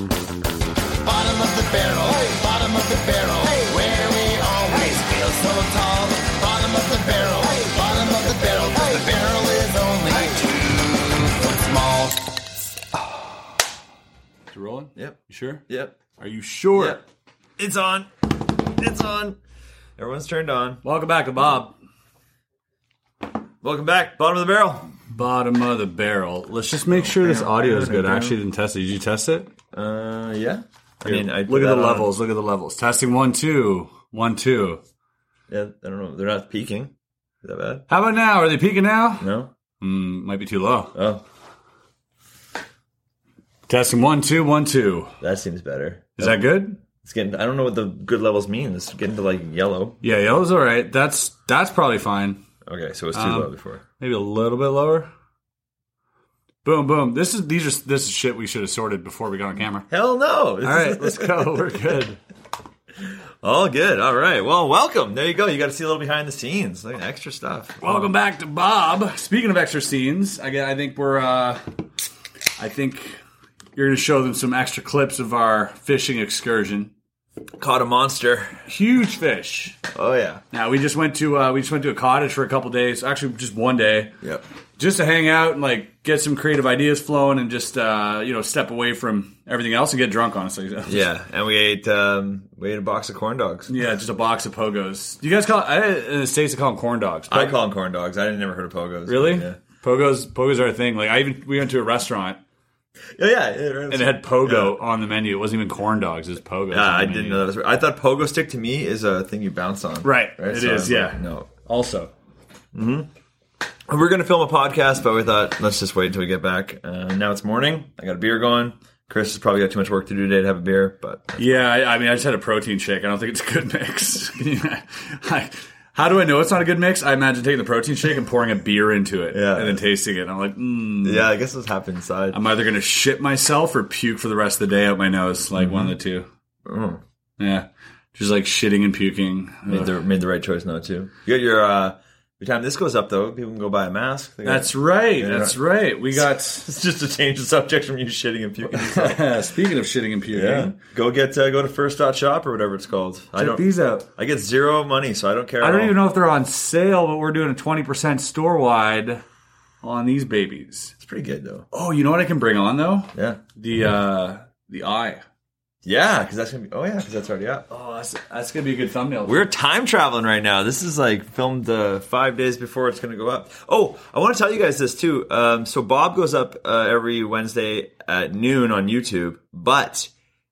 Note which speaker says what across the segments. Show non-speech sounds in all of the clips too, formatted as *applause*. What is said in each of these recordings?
Speaker 1: Bottom of the barrel, bottom of the barrel, where we always feel so tall. Bottom of the barrel, bottom of the barrel, 'cause the barrel is only two foot small.
Speaker 2: Is it rolling?
Speaker 3: Yep.
Speaker 2: You sure?
Speaker 3: Yep.
Speaker 2: Are you sure?
Speaker 3: Yep. It's on. It's on. Everyone's turned on.
Speaker 2: Welcome back to Bob.
Speaker 3: Welcome back. Bottom of the barrel.
Speaker 2: Bottom of the barrel. Let's just make sure this audio is good. I actually didn't test it. Did you test it?
Speaker 3: Uh, yeah. I
Speaker 2: Here,
Speaker 3: mean, I
Speaker 2: look at the
Speaker 3: that on-
Speaker 2: levels. Look at the levels. Testing one, two, one, two.
Speaker 3: Yeah, I don't know. They're not peaking. Is that bad?
Speaker 2: How about now? Are they peaking now?
Speaker 3: No.
Speaker 2: Mm, might be too low.
Speaker 3: Oh,
Speaker 2: Testing one, two, one, two.
Speaker 3: that seems better.
Speaker 2: Is that good?
Speaker 3: It's getting. I don't know what the good levels mean. It's getting to like yellow.
Speaker 2: Yeah, yellow's all right. That's that's probably fine.
Speaker 3: Okay, so it was
Speaker 2: Um,
Speaker 3: too low before.
Speaker 2: Maybe a little bit lower. Boom, boom. This is these are this is shit we should have sorted before we got on camera.
Speaker 3: Hell no.
Speaker 2: All right, let's go. *laughs* We're good.
Speaker 3: *laughs* All good. All right. Well, welcome. There you go. You got to see a little behind the scenes, like extra stuff.
Speaker 2: Welcome back to Bob. Speaking of extra scenes, I, gue- I think we're, uh, I think you're going to show them some extra clips of our fishing excursion.
Speaker 3: Caught a monster.
Speaker 2: Huge fish.
Speaker 3: Oh yeah.
Speaker 2: Now we just went to, uh, we just went to a cottage for a couple days. Actually, just one day,
Speaker 3: Yep.
Speaker 2: just to hang out and like get some creative ideas flowing and just, uh, you know, step away from everything else and get drunk. Honestly, *laughs*
Speaker 3: Yeah, and we ate um, we ate a box of corn dogs.
Speaker 2: yeah, just a box of pogos. Do you guys call? I, in the states, they call them corn dogs.
Speaker 3: I call them corn dogs. I didn't never heard of pogos.
Speaker 2: really.
Speaker 3: Yeah.
Speaker 2: Pogos, pogos are a thing. Like I even we went to a restaurant
Speaker 3: Yeah. yeah, yeah, right.
Speaker 2: And it had pogo on the menu. It wasn't even corn dogs. It was pogo.
Speaker 3: Yeah, Ah, I didn't know that was. I thought pogo stick to me is a thing you bounce on.
Speaker 2: Right. It
Speaker 3: I
Speaker 2: is,
Speaker 3: was
Speaker 2: yeah.
Speaker 3: like, no.
Speaker 2: Also,
Speaker 3: We We're gonna film a podcast, but we thought let's just wait until we get back. Uh, now it's morning. I got a beer going. Chris has probably got too much work to do today to have a beer, but uh,
Speaker 2: yeah. I, I mean, I just had a protein shake. I don't think it's a good mix. *laughs* I- How do I know it's not a good mix? I imagine taking the protein shake and pouring a beer into it,
Speaker 3: Yeah.
Speaker 2: and then tasting it. I'm like, mm,
Speaker 3: yeah, I guess this happened inside.
Speaker 2: I'm either going to shit myself or puke for the rest of the day out my nose, like one of the two.
Speaker 3: Mm.
Speaker 2: Yeah, just like shitting and puking.
Speaker 3: Made
Speaker 2: Ugh.
Speaker 3: the, made the right choice now too. You got your. Uh, by the time this goes up, though, people can go buy a mask. They got-
Speaker 2: That's right. That's right. We got.
Speaker 3: *laughs* It's just to change the subject from you shitting and puking.
Speaker 2: *laughs* Speaking of shitting and puking,
Speaker 3: Yeah. Go get uh, go to first dot shop or whatever it's called. I
Speaker 2: check
Speaker 3: don't
Speaker 2: these out.
Speaker 3: I get zero money, so I don't care.
Speaker 2: I
Speaker 3: at
Speaker 2: don't
Speaker 3: all.
Speaker 2: even know if they're on sale, but we're doing a 20% store wide on these babies.
Speaker 3: It's pretty good though.
Speaker 2: Oh, you know what I can bring on though?
Speaker 3: Yeah.
Speaker 2: The uh the eye.
Speaker 3: Yeah, because that's gonna be. Oh yeah, because that's already up.
Speaker 2: Oh, that's that's gonna be a good thumbnail.
Speaker 3: We're time traveling right now. This is like filmed uh, five days before it's gonna go up. Oh, I want to tell you guys this too. Um, so Bob goes up uh, every Wednesday at noon on YouTube, but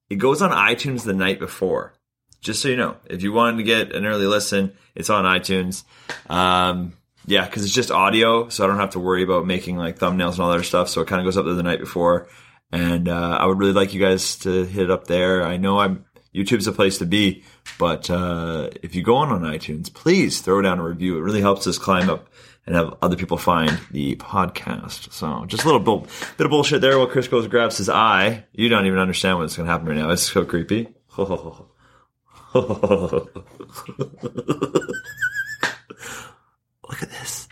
Speaker 3: it goes on iTunes the night before. Just so you know, if you wanted to get an early listen, it's on iTunes. Um, yeah, because it's just audio, so I don't have to worry about making like thumbnails and all that other stuff. So it kind of goes up there the night before, and uh, I would really like you guys to hit it up there. I know I'm YouTube's a place to be, but uh, if you go on on iTunes, please throw down a review. It really helps us climb up and have other people find the podcast. So just a little bull- bit of bullshit there. While Chris goes and grabs his eye, you don't even understand what's going to happen right now. It's so creepy. *laughs* Look at this.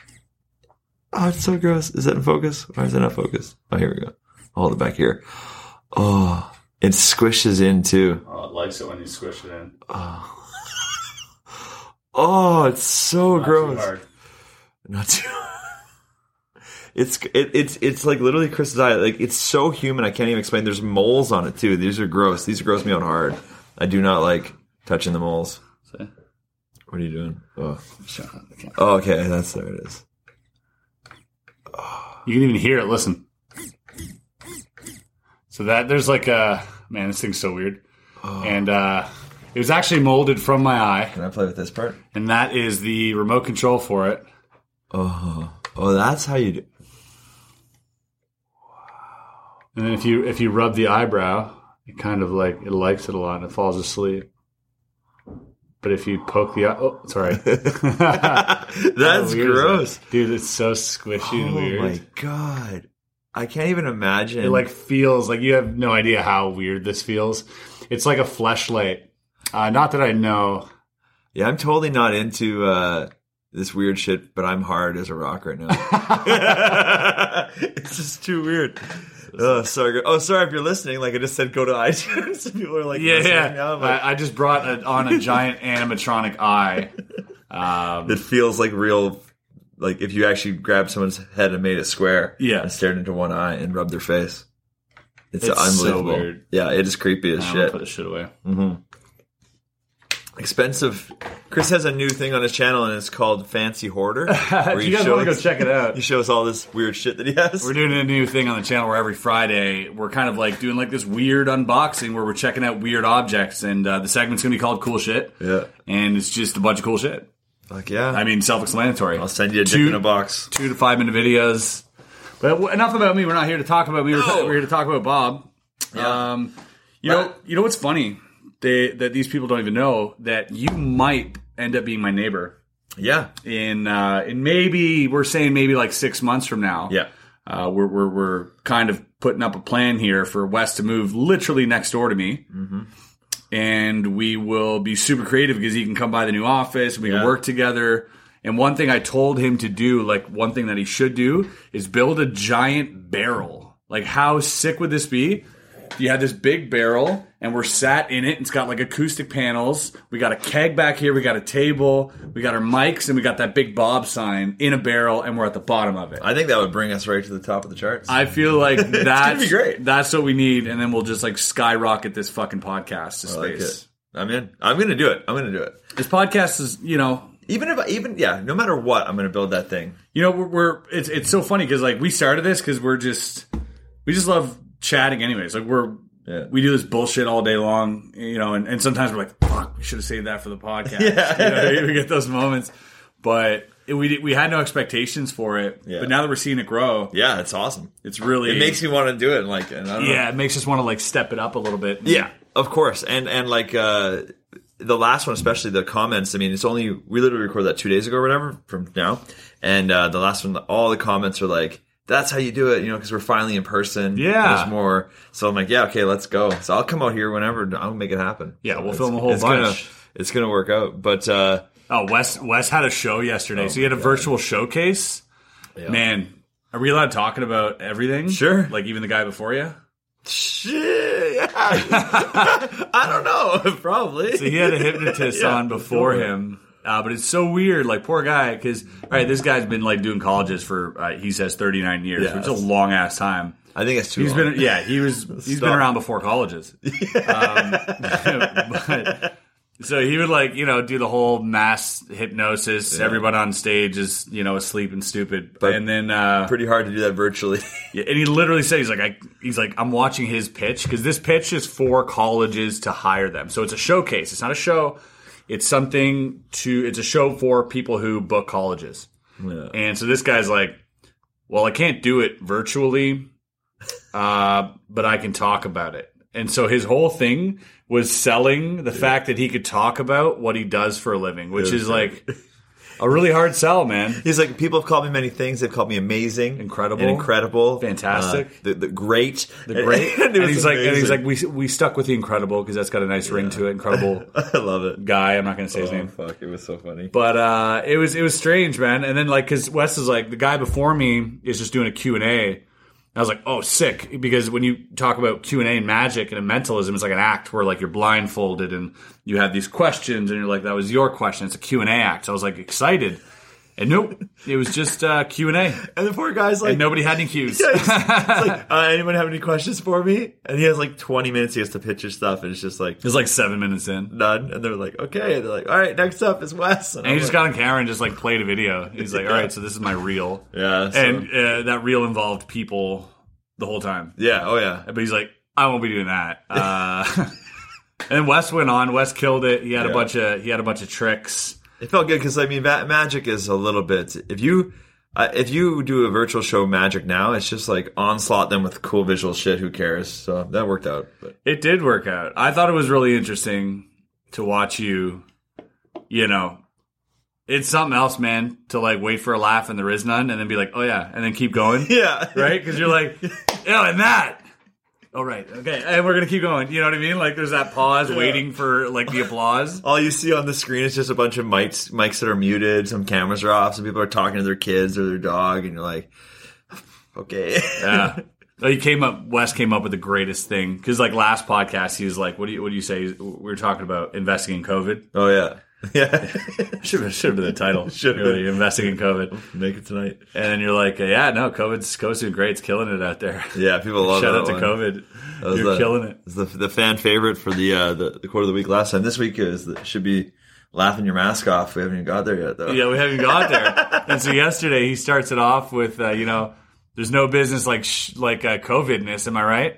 Speaker 3: Oh, it's so gross. Is that in focus? Or is it not focused? Oh, here we go. hold it back here. Oh, it squishes in too.
Speaker 2: Oh, it likes it when you squish it in.
Speaker 3: *laughs* Oh, it's so
Speaker 2: Not too
Speaker 3: gross.
Speaker 2: hard.
Speaker 3: Not too. It's it, it's it's like literally Chris's eye. Like it's so human. I can't even explain. There's moles on it too. These are gross. These gross me out hard. I do not like touching the moles.
Speaker 2: See?
Speaker 3: What are you doing? Oh,
Speaker 2: Sure.
Speaker 3: oh okay. That's there it is.
Speaker 2: You can even hear it. Listen. So that there's like a man. This thing's so weird. And uh, it was actually molded from my eye,
Speaker 3: Can I play with this part?
Speaker 2: and that is the remote control for it.
Speaker 3: Oh, oh, that's how you do. *laughs*
Speaker 2: And then if you if you rub the eyebrow, it kind of like it likes it a lot and it falls asleep. But if you poke the eye, oh, sorry,
Speaker 3: *laughs*
Speaker 2: How
Speaker 3: That's
Speaker 2: weird is that?
Speaker 3: gross.
Speaker 2: dude. It's so squishy
Speaker 3: Oh
Speaker 2: and weird.
Speaker 3: my god. I can't even imagine.
Speaker 2: It like feels like you have no idea how weird this feels. It's like a fleshlight. Uh, not that I know.
Speaker 3: Yeah, I'm totally not into uh, this weird shit, but I'm hard as a rock right
Speaker 2: *laughs*
Speaker 3: now. *laughs* it's just too weird. Oh, sorry. Oh, sorry if you're listening. Like I just said, go to *laughs* iTunes. and People are like,
Speaker 2: Yeah,
Speaker 3: listening
Speaker 2: yeah.
Speaker 3: now. I'm like,
Speaker 2: I, I just brought a, on a giant *laughs* animatronic eye. Um,
Speaker 3: it feels like real. Like if you actually grabbed someone's head and made it square,
Speaker 2: Yeah.
Speaker 3: and stared into one eye and rubbed their face. It's,
Speaker 2: It's so
Speaker 3: unbelievable.
Speaker 2: weird.
Speaker 3: Yeah, it is creepy as
Speaker 2: I'm gonna
Speaker 3: shit.
Speaker 2: put this shit away.
Speaker 3: Expensive. Chris has a new thing on his channel, and it's called Fancy Hoarder.
Speaker 2: *laughs*
Speaker 3: where
Speaker 2: you guys
Speaker 3: show
Speaker 2: want to go
Speaker 3: us-
Speaker 2: check it out?
Speaker 3: *laughs* He shows all this weird shit that he has.
Speaker 2: We're doing a new thing on the channel where every Friday we're kind of like doing like this weird unboxing where we're checking out weird objects, and uh, the segment's gonna be called "Cool Shit."
Speaker 3: Yeah.
Speaker 2: and it's just a bunch of cool shit.
Speaker 3: Fuck yeah.
Speaker 2: I mean, self-explanatory.
Speaker 3: I'll send you a dick
Speaker 2: Two-
Speaker 3: in a box.
Speaker 2: two to five minute videos. But w- enough about me. We're not here to talk about me. We're,
Speaker 3: No.
Speaker 2: we're here to talk about Bob. Um, you know, you know what's funny they, that these people don't even know that you might end up being my neighbor
Speaker 3: Yeah.
Speaker 2: in uh, in maybe we're saying maybe like six months from now.
Speaker 3: Yeah.
Speaker 2: Uh, we're, we're, we're kind of putting up a plan here for Wes to move literally next door to me.
Speaker 3: Mm-hmm.
Speaker 2: And we will be super creative because he can come by the new office and we can
Speaker 3: Yeah.
Speaker 2: work together. And one thing I told him to do, like one thing that he should do, is build a giant barrel. Like, how sick would this be? You have this big barrel and we're sat in it. It's got like acoustic panels. We got a keg back here. We got a table. We got our mics and we got that big Bob sign in a barrel and we're at the bottom of it.
Speaker 3: I think that would bring us right to the top of the charts.
Speaker 2: I feel
Speaker 3: *laughs*
Speaker 2: like that's
Speaker 3: be great.
Speaker 2: That's what we need, and then we'll just like skyrocket this fucking podcast to
Speaker 3: I like
Speaker 2: space.
Speaker 3: it. I'm in. I'm gonna do it. I'm gonna do it.
Speaker 2: This podcast is, you know,
Speaker 3: Even if I, even yeah, no matter what, I'm gonna build that thing.
Speaker 2: you know, we're, we're it's it's so funny because like we started this because we're just we just love chatting, anyways. Like we're
Speaker 3: Yeah.
Speaker 2: we do this bullshit all day long, you know, and, and sometimes we're like, fuck, we should have saved that for the
Speaker 3: *laughs*
Speaker 2: podcast. You know what I mean? we get those moments, but it, we did- we had no expectations for it.
Speaker 3: Yeah.
Speaker 2: But now that we're seeing it grow,
Speaker 3: Yeah, it's awesome.
Speaker 2: it's really
Speaker 3: It makes me want to do it. And like, and I don't know.
Speaker 2: yeah, it makes us want to like step it up a little bit.
Speaker 3: Yeah, of course. And and like uh the last one, especially the comments. I mean, it's only we literally recorded that two days ago or whatever from now. And uh the last one, all the comments are like, "That's how you do it," you know, because we're finally in person.
Speaker 2: Yeah.
Speaker 3: there's more. So I'm like, yeah, okay, let's go. So I'll come out here whenever. I'll make it happen.
Speaker 2: Yeah,
Speaker 3: So
Speaker 2: we'll
Speaker 3: it's-
Speaker 2: film a whole
Speaker 3: it's
Speaker 2: bunch.
Speaker 3: Gonna, it's gonna work out. But uh
Speaker 2: Oh, Wes Wes had a show yesterday.
Speaker 3: Oh
Speaker 2: so he had a virtual showcase. Man, are we allowed talking about everything?
Speaker 3: Sure.
Speaker 2: Like even the guy before you?
Speaker 3: shit, *laughs* yeah. I don't know. *laughs* Probably.
Speaker 2: So he had a
Speaker 3: *laughs*
Speaker 2: hypnotist on before him. Uh, but it's so weird, like poor guy, because all right, this guy's been like doing colleges for uh, he says thirty nine years,
Speaker 3: Yeah,
Speaker 2: which is a
Speaker 3: that's-
Speaker 2: long ass time.
Speaker 3: I think it's too.
Speaker 2: He's
Speaker 3: long.
Speaker 2: been yeah, he was he's been
Speaker 3: Stop.
Speaker 2: around before
Speaker 3: *laughs*
Speaker 2: colleges. Um, *laughs* but- so he would like you know do the whole mass hypnosis. Everyone on stage is you know asleep and stupid,
Speaker 3: But-
Speaker 2: and then uh,
Speaker 3: *laughs* pretty hard to do that virtually. *laughs*
Speaker 2: Yeah, and he literally said he's like I, he's like I'm watching his pitch because this pitch is for colleges to hire them. So it's a showcase. It's not a show. It's something to. It's a show for people who book colleges. And so this guy's like, well, I can't do it virtually, uh, but I can talk about it. And so his whole thing was selling the fact that he could talk about what he does for a living, which is like a really hard sell, man.
Speaker 3: He's like, people have called me many things. They've called me amazing,
Speaker 2: Incredible.
Speaker 3: and incredible,
Speaker 2: Fantastic.
Speaker 3: uh, the, the great,
Speaker 2: the great. and,
Speaker 3: *laughs* it was
Speaker 2: he's like, and he's
Speaker 3: amazing.
Speaker 2: like, we we stuck with the incredible because that's got a nice ring to it. Incredible
Speaker 3: *laughs* I love it.
Speaker 2: guy. I'm not going to say his
Speaker 3: Oh,
Speaker 2: name,
Speaker 3: fuck, it was so funny.
Speaker 2: but uh, it was it was strange, man. And then like, because Wes is like, the guy before me is just doing a Q and A, I was like, oh, sick. Because when you talk about Q and A and magic and mentalism, it's like an act where like you're blindfolded and you have these questions and you're like, that was your question. It's a Q and A act. So I was like excited. And nope, it was just uh, Q and A,
Speaker 3: And the poor guy's like,
Speaker 2: and
Speaker 3: *laughs*
Speaker 2: nobody had any cues. *laughs*
Speaker 3: it's like, uh, anyone have any questions for me? And he has like 20 minutes. He has to pitch his stuff, and it's just like
Speaker 2: It was like seven minutes in.
Speaker 3: none. And they're like, okay. And they're like, all right, next up is Wes.
Speaker 2: And
Speaker 3: I'm
Speaker 2: he just
Speaker 3: like,
Speaker 2: got on camera and just like played a video. He's like, all right, so this is my reel.
Speaker 3: Yeah, so-
Speaker 2: And uh, that reel involved people the whole time.
Speaker 3: yeah, oh yeah,
Speaker 2: But he's like, I won't be doing
Speaker 3: *laughs*
Speaker 2: that. Uh, *laughs* and Wes went on. Wes killed it. He had a
Speaker 3: Yeah.
Speaker 2: bunch of he had a bunch of tricks.
Speaker 3: it felt good because I mean, ma- magic is a little bit. If you uh, if you do a virtual show magic now, it's just like onslaught them with cool visual shit. Who cares? So that worked out. But *laughs*
Speaker 2: It did work out. I thought it was really interesting to watch you. You know, it's something else, man. To like wait for a laugh and there is none, and then be like, oh yeah, and then keep going.
Speaker 3: *laughs* yeah,
Speaker 2: right? Because you're like, oh, and that. All right, okay, and we're gonna keep going. You know what I mean? Like, there's that pause, waiting for like the applause.
Speaker 3: All you see on the screen is just a bunch of mics, mics that are muted. Some cameras are off. Some people are talking to their kids or their dog, and you're like, *sighs* okay.
Speaker 2: Yeah. No, He Oh, came up. Wes came up with the greatest thing because, like last podcast, he was like, "What do you What do you say?" We were talking about investing in COVID.
Speaker 3: *laughs*
Speaker 2: *laughs*
Speaker 3: oh yeah, *laughs* yeah.
Speaker 2: Should have should have been the title.
Speaker 3: *laughs* Should've
Speaker 2: really
Speaker 3: been.
Speaker 2: investing in COVID.
Speaker 3: Make it tonight.
Speaker 2: And then you're like, "Yeah, no, COVID's COVID's doing great. It's killing it out there."
Speaker 3: Yeah, people love
Speaker 2: Shout
Speaker 3: that
Speaker 2: out to
Speaker 3: one. That
Speaker 2: COVID.
Speaker 3: was
Speaker 2: You're
Speaker 3: the-
Speaker 2: killing it.
Speaker 3: was The, the fan favorite for the, uh, the the quote of the week last time. This week is the, should be laughing your mask off. We haven't even got there yet though.
Speaker 2: Yeah, we haven't got there. and so yesterday he starts it off with, uh, you know, there's no business like sh- like uh, COVIDness. Am I right?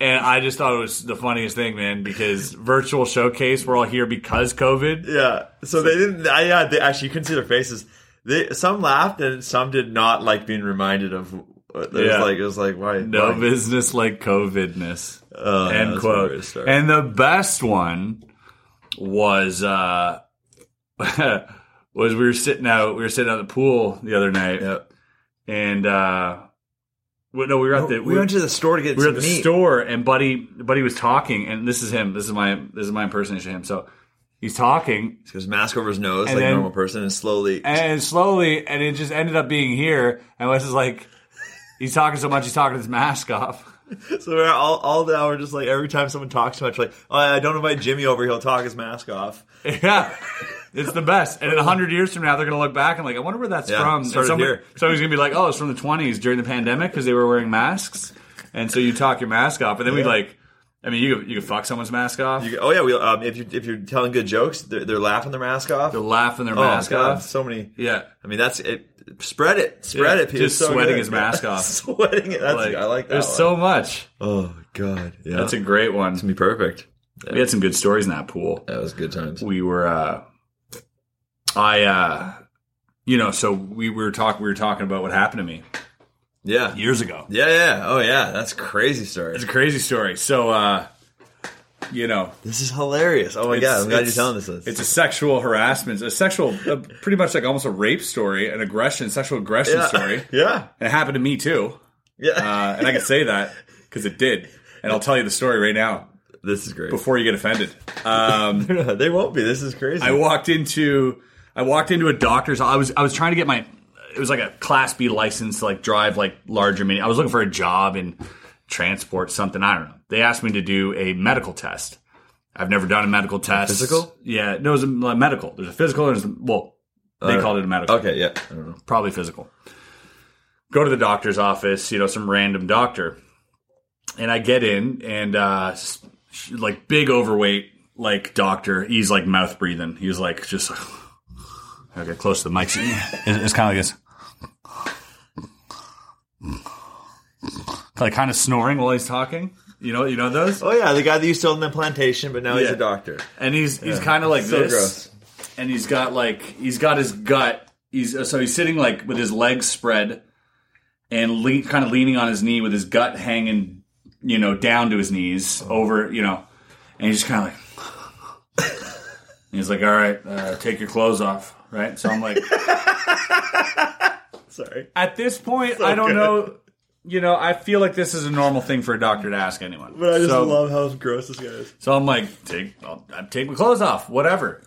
Speaker 2: And I just thought it was the funniest thing, man, because virtual showcase, we're all here because COVID.
Speaker 3: Yeah. So they didn't. I, yeah. They, actually, you couldn't see their faces. They some laughed and some did not like being reminded of. uh, It was
Speaker 2: Yeah.
Speaker 3: like it was like why
Speaker 2: No
Speaker 3: why?
Speaker 2: business like COVIDness.
Speaker 3: Oh, yeah,
Speaker 2: End
Speaker 3: that's where it
Speaker 2: quote.
Speaker 3: started.
Speaker 2: And the best one was uh, *laughs* was we were sitting out we were sitting out at the pool the other night,
Speaker 3: Yep.
Speaker 2: and uh, well, no, we were at the
Speaker 3: Oh, we went to the store to get
Speaker 2: we were
Speaker 3: some
Speaker 2: at the
Speaker 3: meat.
Speaker 2: store and buddy buddy was talking and this is him this is my this is my impersonation of him so he's talking
Speaker 3: He has a mask over his nose
Speaker 2: And
Speaker 3: like a
Speaker 2: then-
Speaker 3: normal person and slowly
Speaker 2: and slowly and it just ended up being here and Wes is like he's talking so much he's talking his mask off
Speaker 3: *laughs*
Speaker 2: *laughs*
Speaker 3: so we're all all the hour just like every time someone talks too much like oh I don't invite Jimmy over he'll talk his mask off
Speaker 2: yeah it's the best and in 100 years from now they're gonna look back and like I wonder where that's
Speaker 3: Yeah,
Speaker 2: from
Speaker 3: it
Speaker 2: And
Speaker 3: started
Speaker 2: somebody-
Speaker 3: here.
Speaker 2: somebody's gonna be like oh it's from the 20s during the pandemic because they were wearing masks and so you talk your mask off and then we
Speaker 3: Yeah.
Speaker 2: like I mean you could- you could fuck someone's mask off
Speaker 3: You, oh yeah, we, um, if you if you're telling good jokes, they're, they're laughing their mask off.
Speaker 2: they're laughing their
Speaker 3: oh,
Speaker 2: mask
Speaker 3: God,
Speaker 2: off
Speaker 3: so many.
Speaker 2: yeah
Speaker 3: I mean, that's it. Spread it, spread
Speaker 2: Yeah,
Speaker 3: it. Pete.
Speaker 2: just
Speaker 3: It's so
Speaker 2: sweating
Speaker 3: good.
Speaker 2: his
Speaker 3: *laughs*
Speaker 2: mask off.
Speaker 3: sweating it. That's, I like that.
Speaker 2: There's
Speaker 3: one.
Speaker 2: so much.
Speaker 3: Oh God, yeah,
Speaker 2: That's a great one.
Speaker 3: gonna be perfect.
Speaker 2: We had some good stories in that pool.
Speaker 3: That was good times.
Speaker 2: We were, uh, I, uh, you know, so we were talking. We were talking about what happened to me
Speaker 3: Yeah, yeah,
Speaker 2: years ago.
Speaker 3: yeah. Oh yeah, that's a crazy story.
Speaker 2: It's a crazy story. So, uh, you know,
Speaker 3: This is hilarious. Oh my
Speaker 2: it's-
Speaker 3: God, I'm glad you're
Speaker 2: it's-
Speaker 3: telling us this.
Speaker 2: It's a sexual harassment, a sexual, a, pretty much like almost a rape story, an aggression, sexual aggression
Speaker 3: yeah.
Speaker 2: story.
Speaker 3: *laughs* Yeah,
Speaker 2: And it happened to me too,
Speaker 3: yeah.
Speaker 2: uh, and I can say that because it did. And I'll tell you the story right now
Speaker 3: *laughs* this is great.
Speaker 2: before you get offended. Um, *laughs*
Speaker 3: *laughs* they won't be. This is crazy.
Speaker 2: I walked into I walked into a doctor's. I was I was trying to get my it was like a class B license to like drive like larger mini. I was looking for a job in transport something. I don't know. They asked me to do a medical test. I've never done a medical test.
Speaker 3: physical?
Speaker 2: Yeah, no, it was a a medical. There's a physical and there's a, well, they called it a medical
Speaker 3: okay, yeah. I don't know.
Speaker 2: probably physical. Go to the doctor's office, you know, some random doctor, and I get in, and uh, s- sh- like big overweight, like doctor, he's like mouth breathing. He's like just. *sighs* I get close to the mic. It's, it's kind of like this, like kind of snoring while he's talking. You know, you know those,
Speaker 3: Oh yeah, the guy that used to own the plantation, but now he's
Speaker 2: Yeah.
Speaker 3: a doctor.
Speaker 2: and he's he's kind of like
Speaker 3: So
Speaker 2: this
Speaker 3: gross.
Speaker 2: and he's got like he's got his gut. He's so he's sitting like with his legs spread and lean, kind of leaning on his knee with his gut hanging, you know, down to his knees over, you know, and he's just kind of like. *laughs* and he's like, "All right, uh, take your clothes off." Right, so I'm like,
Speaker 3: Sorry.
Speaker 2: *laughs* at this point, I don't know. You know, I feel like this is a normal thing for a doctor to ask anyone.
Speaker 3: But I just
Speaker 2: So-
Speaker 3: love how gross this guy is.
Speaker 2: So I'm like, take, I'll, i take my clothes off,
Speaker 3: *laughs*
Speaker 2: whatever.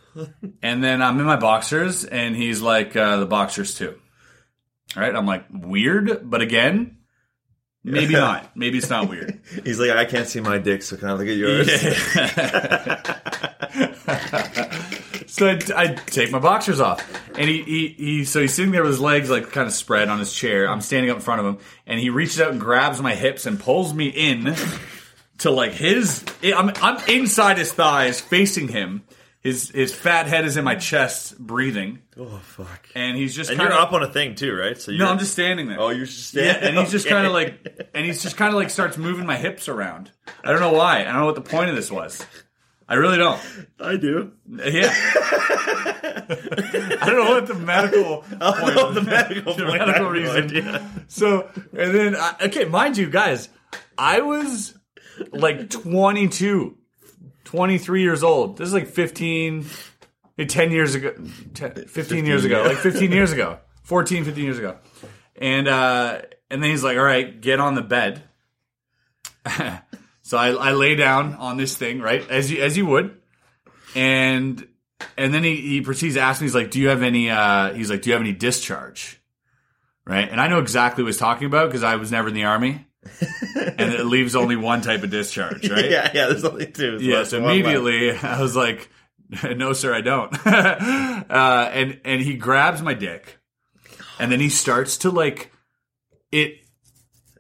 Speaker 2: and then I'm in my boxers, and he's like, uh, the boxers too. All right, I'm like, weird, but again, Maybe not. Maybe it's not weird.
Speaker 3: *laughs* He's like, I can't see my dick, so can I look at yours? *laughs*
Speaker 2: So I, I take my boxers off, and he, he, he so he's sitting there with his legs like kind of spread on his chair. I'm standing up in front of him, and he reaches out and grabs my hips and pulls me in to like his. I'm I'm inside his thighs, facing him. His his fat head is in my chest, breathing,
Speaker 3: Oh fuck!
Speaker 2: and he's just
Speaker 3: And
Speaker 2: kind
Speaker 3: you're
Speaker 2: of
Speaker 3: up on a thing too, right? So you're,
Speaker 2: No, I'm just standing there.
Speaker 3: Oh, you're just
Speaker 2: Yeah,
Speaker 3: standing.
Speaker 2: and he's just
Speaker 3: Okay.
Speaker 2: kind of like, and he's just kind of like starts moving my hips around. I don't know why. I don't know what the point of this was. I really don't.
Speaker 3: I do.
Speaker 2: Yeah. *laughs* I don't know what the
Speaker 3: *laughs*
Speaker 2: medical point
Speaker 3: Oh,
Speaker 2: *laughs*
Speaker 3: the medical,
Speaker 2: the
Speaker 3: point, I
Speaker 2: medical
Speaker 3: have no
Speaker 2: reason.
Speaker 3: idea.
Speaker 2: *laughs* So, and then I, okay, mind you guys, I was like 22, 23 years old. This is like 15 eh, 10 years ago 10, 15, years ago, like 15 *laughs* years ago. 14, 15 years ago. And uh and then he's like, "All right, get on the bed." so I, I lay down on this thing, right? As you as you would and and then he, he proceeds to ask me, he's like, "Do you have any?" Uh, he's like, "Do you have any discharge?" Right, and I know exactly what he's talking about because I was never in the army, and it leaves only one type of discharge, right?
Speaker 3: *laughs* *laughs* Yeah, yeah. There's only two. There's
Speaker 2: Yeah,
Speaker 3: less
Speaker 2: so
Speaker 3: than one left.
Speaker 2: immediately I was like, "No, sir, I don't." *laughs* uh, and and he grabs my dick, and then he starts to like it.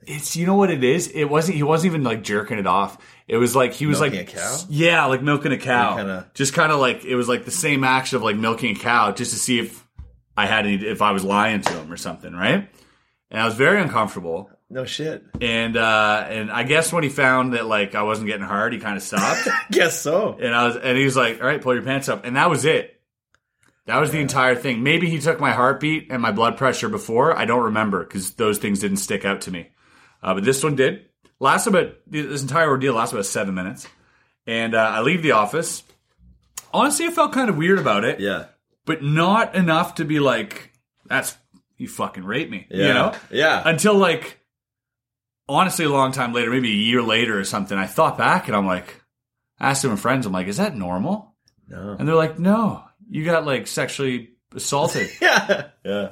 Speaker 2: It's you know what it is. It wasn't. He wasn't even like jerking it off. It was like he was
Speaker 3: Milking
Speaker 2: like
Speaker 3: a cow?
Speaker 2: Yeah, like milking a cow.
Speaker 3: kinda-
Speaker 2: Just kind of like it was like the same action of like milking a cow, just to see if I had any, if I was lying to him or something, right? And I was very uncomfortable
Speaker 3: No shit. *laughs*
Speaker 2: and uh, and I guess when he found that like I wasn't getting hard, he kind of stopped,
Speaker 3: Guess so.
Speaker 2: and I was and he was like, "All right, pull your pants up," and that was it. That was the entire thing. Maybe he took my heartbeat and my blood pressure before. I don't remember because those things didn't stick out to me, uh, but this one did. Last about this entire ordeal lasted about seven minutes, and uh, I leave the office. Honestly, I felt kind of weird about it
Speaker 3: Yeah.
Speaker 2: but not enough to be like, that's you fucking rape me.
Speaker 3: Yeah.
Speaker 2: You know?
Speaker 3: Yeah.
Speaker 2: Until like honestly a long time later, maybe a year later or something, I thought back and I'm like I asked some friends, I'm like, is that normal?
Speaker 3: No.
Speaker 2: And they're like, No, you got like sexually *laughs* assaulted.
Speaker 3: *laughs* Yeah. Yeah.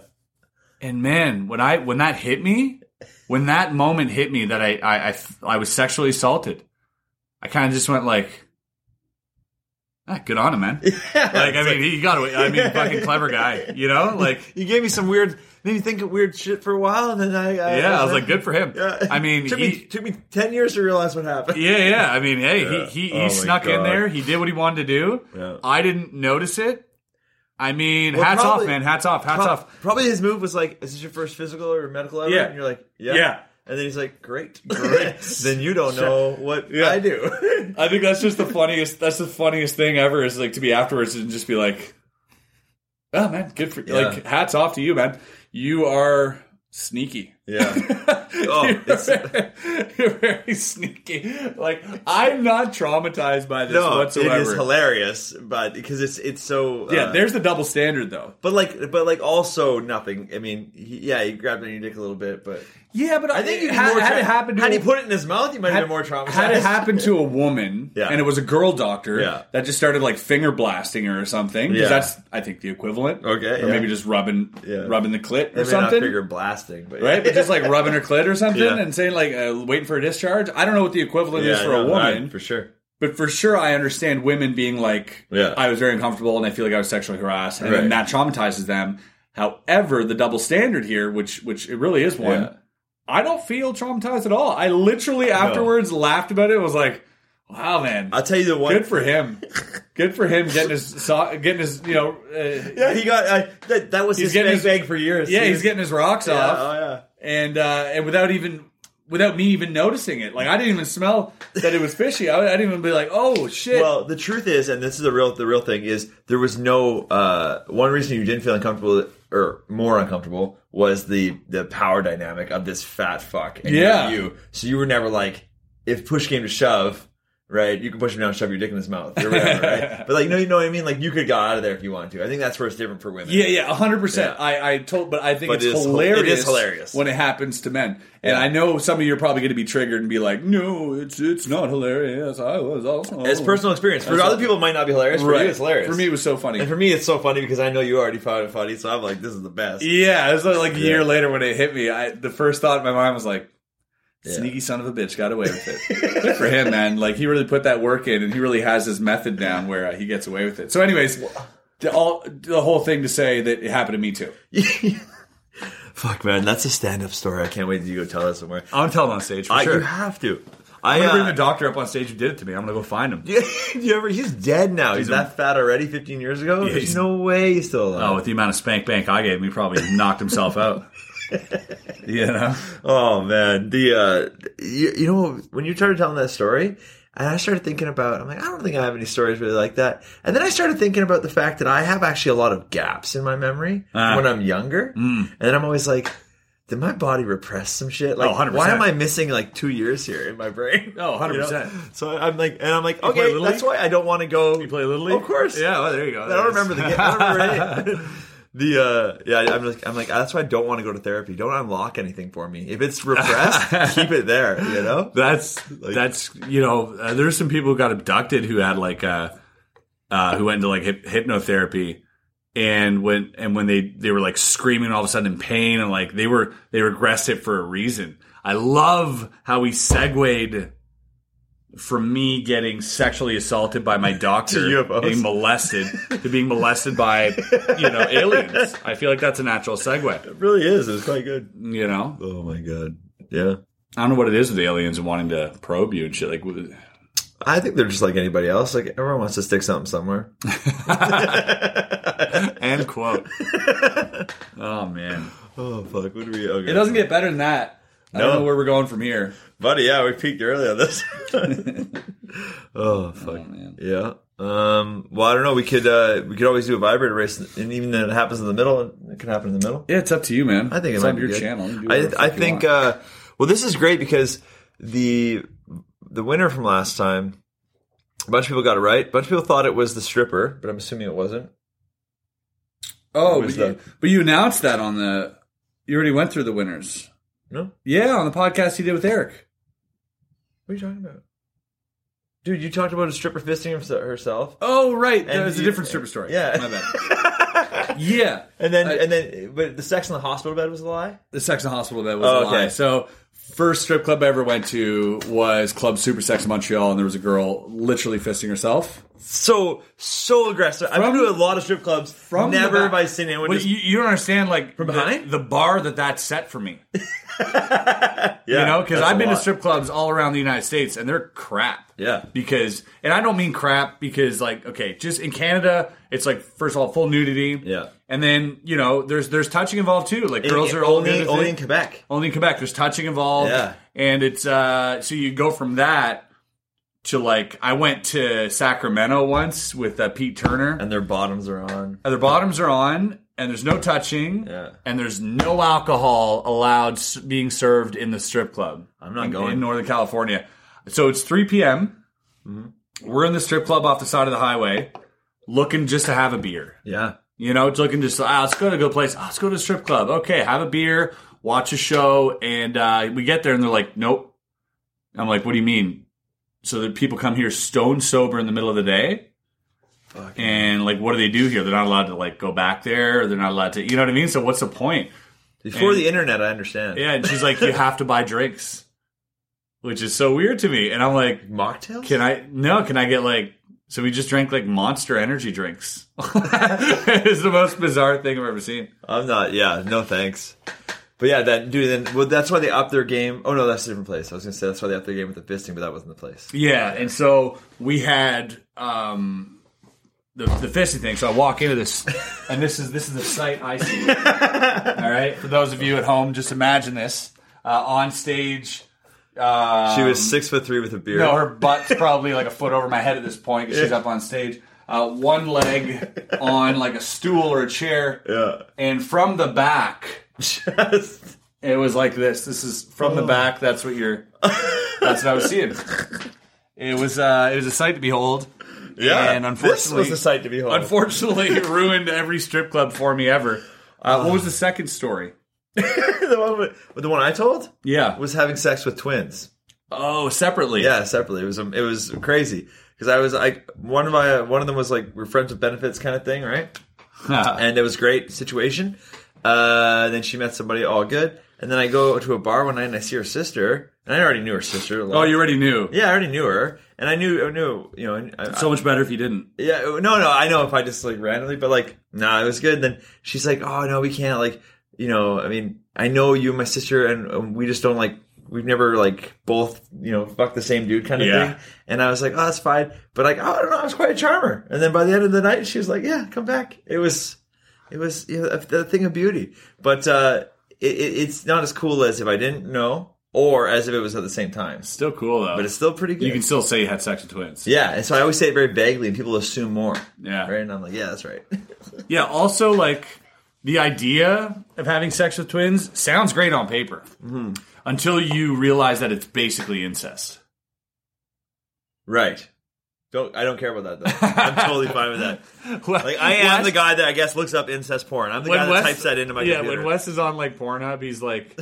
Speaker 2: and man, when I when that hit me, when that moment hit me that I I I, I was sexually assaulted, I kind of just went like Ah, good on him, *laughs* man. like, I mean, he got away. I mean, fucking clever guy, you know? Like,
Speaker 3: *laughs* You gave me some weird. Then you think of weird shit for a while, and then I.
Speaker 2: *laughs*
Speaker 3: I
Speaker 2: Yeah, I was
Speaker 3: *laughs*
Speaker 2: like, good for him. I mean,
Speaker 3: took
Speaker 2: he,
Speaker 3: me took me ten years to realize what happened.
Speaker 2: yeah, yeah. I mean, hey,
Speaker 3: Yeah.
Speaker 2: he he,
Speaker 3: Oh
Speaker 2: he
Speaker 3: my
Speaker 2: snuck in
Speaker 3: God.
Speaker 2: there. He did what he wanted to do.
Speaker 3: Yeah.
Speaker 2: I didn't notice it. I mean,
Speaker 3: Well,
Speaker 2: hats
Speaker 3: probably-
Speaker 2: off, man. Hats off. Hats
Speaker 3: Pro-
Speaker 2: off.
Speaker 3: Probably his move was like, "Is this your first physical or medical?" Ever?
Speaker 2: Yeah.
Speaker 3: and you're like, "Yeah."
Speaker 2: Yeah.
Speaker 3: And then he's like, "Great,
Speaker 2: *laughs*
Speaker 3: great." then you don't know what
Speaker 2: Yeah.
Speaker 3: I do.
Speaker 2: *laughs* I think that's just the funniest. That's the funniest thing ever. Is like to be afterwards and just be like, "Oh man, good for like hats off to you, man. You are sneaky." *laughs*
Speaker 3: yeah,
Speaker 2: Oh,
Speaker 3: it's-
Speaker 2: you're very sneaky. Like I'm not traumatized by this
Speaker 3: no,
Speaker 2: whatsoever.
Speaker 3: it is hilarious, but because it's it's so
Speaker 2: Yeah,
Speaker 3: uh,
Speaker 2: there's the double standard though.
Speaker 3: But like, but like, also nothing. I mean, he, yeah, he grabbed on your dick a little bit, but
Speaker 2: Yeah, but
Speaker 3: I think
Speaker 2: you
Speaker 3: you'd be
Speaker 2: had,
Speaker 3: more
Speaker 2: had
Speaker 3: tra-
Speaker 2: it happened. To
Speaker 3: Had
Speaker 2: a,
Speaker 3: he put it in his mouth, he might have been more traumatized.
Speaker 2: Had it
Speaker 3: *laughs*
Speaker 2: happened to a woman,
Speaker 3: Yeah.
Speaker 2: and it was a girl doctor
Speaker 3: Yeah.
Speaker 2: that just started like finger blasting her or something. 'cause
Speaker 3: Yeah.
Speaker 2: that's I think the equivalent.
Speaker 3: Okay,
Speaker 2: or
Speaker 3: yeah.
Speaker 2: maybe just rubbing,
Speaker 3: Yeah.
Speaker 2: rubbing the clit
Speaker 3: They
Speaker 2: or
Speaker 3: may not
Speaker 2: something.
Speaker 3: figure blasting,
Speaker 2: *laughs*
Speaker 3: but
Speaker 2: Right, but just like rubbing her clit or something,
Speaker 3: Yeah.
Speaker 2: and saying like uh, waiting for a discharge. I don't know what the equivalent is for
Speaker 3: no,
Speaker 2: a woman,
Speaker 3: I- for sure.
Speaker 2: but for sure, I understand women being like,
Speaker 3: Yeah.
Speaker 2: I was very uncomfortable and I feel like I was sexually harassed, and
Speaker 3: Right.
Speaker 2: then that traumatizes them. However, the double standard here, which which it really is one,
Speaker 3: Yeah.
Speaker 2: I don't feel traumatized at all. I literally afterwards laughed about it. and Was like, wow, man,
Speaker 3: I'll tell you the one.
Speaker 2: good for
Speaker 3: *laughs*
Speaker 2: him. good for him getting his so- getting his you know, uh,
Speaker 3: Yeah, he got uh, that. That was
Speaker 2: He's
Speaker 3: his
Speaker 2: getting
Speaker 3: bang
Speaker 2: his-
Speaker 3: bang for years.
Speaker 2: yeah,
Speaker 3: He
Speaker 2: he's
Speaker 3: was-
Speaker 2: getting his rocks
Speaker 3: Yeah,
Speaker 2: off
Speaker 3: oh yeah.
Speaker 2: and uh, and without even without me even noticing it. Like I didn't even smell that it was fishy. I, I didn't even be like, oh shit.
Speaker 3: Well, the truth is, and this is the real the real thing is there was no uh, one reason you didn't feel uncomfortable or more uncomfortable was the the power dynamic of this fat fuck and
Speaker 2: Yeah.
Speaker 3: you. So you were never like if push came to shove. Right, you can push him down, and shove your dick in his mouth, or whatever.
Speaker 2: *laughs*
Speaker 3: Right, but like, no, you know what I mean. Like, you could have got out of there if you wanted to. I think that's where it's different for women.
Speaker 2: Yeah, yeah, hundred percent.
Speaker 3: Yeah.
Speaker 2: I, I told, but I think
Speaker 3: But
Speaker 2: it's
Speaker 3: it is hil-
Speaker 2: hilarious.
Speaker 3: it is hilarious.
Speaker 2: when it happens to men. And
Speaker 3: Yeah.
Speaker 2: I know some of you are probably going to be triggered and be like, "No, it's it's not hilarious." I was also
Speaker 3: it's personal experience. For
Speaker 2: That's
Speaker 3: other
Speaker 2: all.
Speaker 3: people, it might not be hilarious. For you, it's hilarious.
Speaker 2: For me, it was so funny.
Speaker 3: and for me, it's so funny because I know you already found it funny. So I'm like, this is the best.
Speaker 2: yeah, it was like, like a year later when it hit me. I the first thought in my mind was like,
Speaker 4: Sneaky son of a bitch got away with it.
Speaker 3: *laughs*
Speaker 4: Good for him, man. Like he really put that work in, and he really has his method down where uh, he gets away with it. So, anyways, the, all the whole thing to say that it happened to me too.
Speaker 3: Fuck, man, that's a stand-up story. I can't wait to go tell that somewhere.
Speaker 2: I'm telling on stage for
Speaker 3: I, You
Speaker 2: sure.
Speaker 3: have to.
Speaker 2: I'm
Speaker 3: I
Speaker 2: gonna bring the
Speaker 3: uh,
Speaker 2: doctor up on stage who did it to me. I'm gonna go find him.
Speaker 3: do *laughs* you ever? He's dead now. He's, that fat already. Fifteen years ago. There's
Speaker 2: he's-
Speaker 3: no way he's still
Speaker 2: Oh,
Speaker 3: alive.
Speaker 2: with the amount of spank bank I gave him, he probably knocked himself
Speaker 3: *laughs*
Speaker 2: out. you know,
Speaker 3: Oh, man, the uh, you, you know when you started telling that story. And I started thinking about, I'm like, I don't think I have any stories really like that. And then I started thinking about the fact that I have actually a lot of gaps in my memory
Speaker 2: Ah.
Speaker 3: when I'm younger.
Speaker 2: Mm.
Speaker 3: And then I'm always like, did my body repress some shit? Like,
Speaker 2: Oh, 100%.
Speaker 3: why am I missing like two years here in my brain?
Speaker 2: *laughs* Oh, 100%.
Speaker 3: So I'm like, and I'm like,
Speaker 2: play
Speaker 3: okay,
Speaker 2: Little
Speaker 3: that's
Speaker 2: League?
Speaker 3: why I don't want to go.
Speaker 2: you play Little League,
Speaker 3: Of course.
Speaker 2: Yeah, well, there you go.
Speaker 3: I don't remember the game. I don't
Speaker 2: *laughs*
Speaker 3: remember any. The uh, yeah, I'm like, I'm like, that's why I don't want to go to therapy. Don't unlock anything for me. If
Speaker 4: *laughs*
Speaker 3: it's repressed, keep it there. You know.
Speaker 2: That's that's you know, uh, there's some people who got abducted who had like uh, uh who went into like hyp- hypnotherapy, and when and when they they were like screaming all of a sudden in pain and like they were they regressed it for a reason. I love how he segued from me getting sexually assaulted by my doctor,
Speaker 3: UFOs.
Speaker 2: being molested, to being molested by you know aliens. I feel like that's a natural segue.
Speaker 3: It really is. It's quite good.
Speaker 2: You know,
Speaker 3: Oh my god. Yeah.
Speaker 2: I don't know what it is with the aliens and wanting to probe you and shit. Like, w-
Speaker 3: I think they're just like anybody else. Like everyone wants to stick
Speaker 4: *laughs*
Speaker 3: something somewhere. *laughs*
Speaker 2: End quote. oh man,
Speaker 3: Oh fuck. What are we? Okay.
Speaker 4: It doesn't get better than that. I
Speaker 3: No.
Speaker 4: don't know where we're going from here.
Speaker 3: buddy. Yeah, we peaked early
Speaker 4: *laughs*
Speaker 3: on this. oh fuck, man. Yeah. Um. Well, I don't know. We could. uh We could always do a vibrator race, and even then, it happens in the middle. It can happen in the middle.
Speaker 4: Yeah, it's up to you, man.
Speaker 3: I think
Speaker 4: it's
Speaker 3: it might
Speaker 4: on
Speaker 3: be
Speaker 4: your
Speaker 3: good.
Speaker 4: channel. You can do whatever the
Speaker 3: I, I
Speaker 4: fuck you
Speaker 3: think.
Speaker 4: want.
Speaker 3: Uh, well, this is great because the the winner from last time, a bunch of people got it right. A bunch of people thought it was the stripper, but I'm assuming it wasn't.
Speaker 4: oh,
Speaker 3: it
Speaker 4: but
Speaker 3: was
Speaker 4: you,
Speaker 3: the-
Speaker 4: but you announced that on the. You already went through the winners.
Speaker 3: No. What
Speaker 4: Yeah, on the podcast you did with Eric.
Speaker 3: are you talking about? Dude, you talked about a stripper fisting herse- herself.
Speaker 4: Oh, right. That
Speaker 3: And
Speaker 4: was a
Speaker 3: you-
Speaker 4: different stripper story.
Speaker 3: Yeah.
Speaker 4: my bad.
Speaker 3: *laughs*
Speaker 4: yeah,
Speaker 3: And then,
Speaker 4: I-
Speaker 3: and then, but the sex in the hospital bed was a lie.
Speaker 4: the sex in the hospital bed was a
Speaker 3: Oh,
Speaker 4: lie.
Speaker 3: okay.
Speaker 4: So first strip club I ever went to was Club Super Sex in Montreal, and there was a girl literally fisting herself.
Speaker 3: So, so aggressive. I've been to a lot of strip clubs. From
Speaker 4: the
Speaker 3: never
Speaker 4: back-
Speaker 3: have I seen anyone.
Speaker 2: Well,
Speaker 3: just,
Speaker 2: you, you don't understand, like from
Speaker 3: behind?
Speaker 2: the, the bar that that set for me.
Speaker 3: yeah,
Speaker 2: you know, because
Speaker 3: that's
Speaker 2: I've
Speaker 3: a
Speaker 2: been to
Speaker 3: lot.
Speaker 2: strip clubs all around the United States, and they're crap.
Speaker 3: Yeah.
Speaker 2: because, and I don't mean crap because, like, okay, just in Canada, it's like first of all full nudity.
Speaker 3: Yeah.
Speaker 2: and then you know, there's there's touching involved too. Like
Speaker 3: In-
Speaker 2: girls are all
Speaker 3: only
Speaker 2: into
Speaker 3: only
Speaker 2: thi-
Speaker 3: in Quebec.
Speaker 2: only in Quebec. There's touching involved.
Speaker 3: Yeah.
Speaker 2: And it's uh so you go from that to like I went to Sacramento once with uh, Pete Turner.
Speaker 3: and their bottoms are on.
Speaker 2: And their bottoms are on and there's no touching
Speaker 3: Yeah.
Speaker 2: and there's no alcohol allowed s- being served in the strip club.
Speaker 3: I'm not
Speaker 2: in,
Speaker 3: going.
Speaker 2: in Northern California. So it's 3 p.m.
Speaker 3: Mm-hmm.
Speaker 2: We're in the strip club off the side of the highway looking just to have a beer.
Speaker 3: Yeah.
Speaker 2: You know, it's looking just ah, let's go to a good place. Ah, let's go to a strip club. Okay, have a beer, watch a show, and uh, we get there and they're like, nope. I'm like, what do you mean? So that people come here stone sober in the middle of the day, and like, what do they do here? They're not allowed to like go back there. They're not allowed to, you know what I mean? So what's the point?
Speaker 3: Before
Speaker 2: And-
Speaker 3: the internet, I understand.
Speaker 2: Yeah, and she's like, you have to buy drinks, which is so weird to me. And I'm like,
Speaker 3: Mocktails?
Speaker 2: can I? No, can I get like? So we just drank like Monster energy drinks. *laughs* it's the most bizarre thing I've ever seen.
Speaker 3: I'm not. Yeah. No thanks. But yeah, that dude. Then well, that's why they upped their game. Oh no, that's a different place. I was gonna say that's why they upped their game with the fisting, but that wasn't the place.
Speaker 2: Yeah, and so we had um, the the fisting thing. So I walk into this, and this is this is the sight I see. All right, for those of you at home, just imagine this uh, on stage. Uh,
Speaker 3: She was six foot three with a beard.
Speaker 2: no,
Speaker 3: *laughs*
Speaker 2: her butt's probably like a foot over my head at this point 'cause she's up on stage. Uh, one leg on like a stool or a chair,
Speaker 3: Yeah.
Speaker 2: and from the back,
Speaker 3: Just-
Speaker 2: it was like this. This is from the back. That's what you're. That's what I was seeing. It was. Uh, it was a sight to behold.
Speaker 3: yeah.
Speaker 2: And unfortunately,
Speaker 3: this was a sight to behold.
Speaker 2: Unfortunately, it ruined every strip club for me ever. Uh, what was the second story?
Speaker 3: *laughs* the, one with- the one I told
Speaker 2: Yeah.
Speaker 3: was having sex with twins.
Speaker 2: oh, separately.
Speaker 3: Yeah, separately. It was um, it was crazy because I was like one of my one of them was like we're friends with benefits kind of thing, right? and it was a great situation. Uh, then she met somebody all good. And then I go to a bar one night and I see her sister. And I already knew her sister.
Speaker 4: Oh, you already knew.
Speaker 3: Yeah, I already knew her. And I knew, I knew, you know, I,
Speaker 4: So much better if you didn't.
Speaker 3: yeah, uh, no, no, I know if I just like randomly, but like, nah, it was good. Then she's like, oh no, we can't. Like, you know, I mean, I know you and my sister, and um, we just don't like, we've never like both, you know, fuck the same dude kind of
Speaker 4: Yeah.
Speaker 3: thing. And I was like, oh, that's fine. But like, "Oh, I don't know, I was quite a charmer. And then by the end of the night, she was like, yeah, come back. It was, it was you know, a, a thing of beauty. But uh, it, it, it's not as cool as if I didn't know, or as if it was at the same time.
Speaker 4: Still cool though.
Speaker 3: But it's still pretty good.
Speaker 4: you can still say you had sex with twins.
Speaker 3: Yeah, and so I always say it very vaguely, and people assume more.
Speaker 4: Yeah.
Speaker 3: right. And I'm like, yeah, that's right. *laughs*
Speaker 4: Yeah. Also, like the idea of having sex with twins sounds great on paper
Speaker 3: Mm-hmm.
Speaker 4: until you realize that it's basically incest.
Speaker 3: right. Don't I don't care about that though. I'm totally fine with
Speaker 2: *laughs*
Speaker 3: that.
Speaker 2: Well,
Speaker 3: Like I am
Speaker 2: Wes-
Speaker 3: the guy that I guess looks up incest porn. I'm the guy that types that into my
Speaker 2: yeah,
Speaker 3: computer.
Speaker 2: when Wes is on like Pornhub, he's like,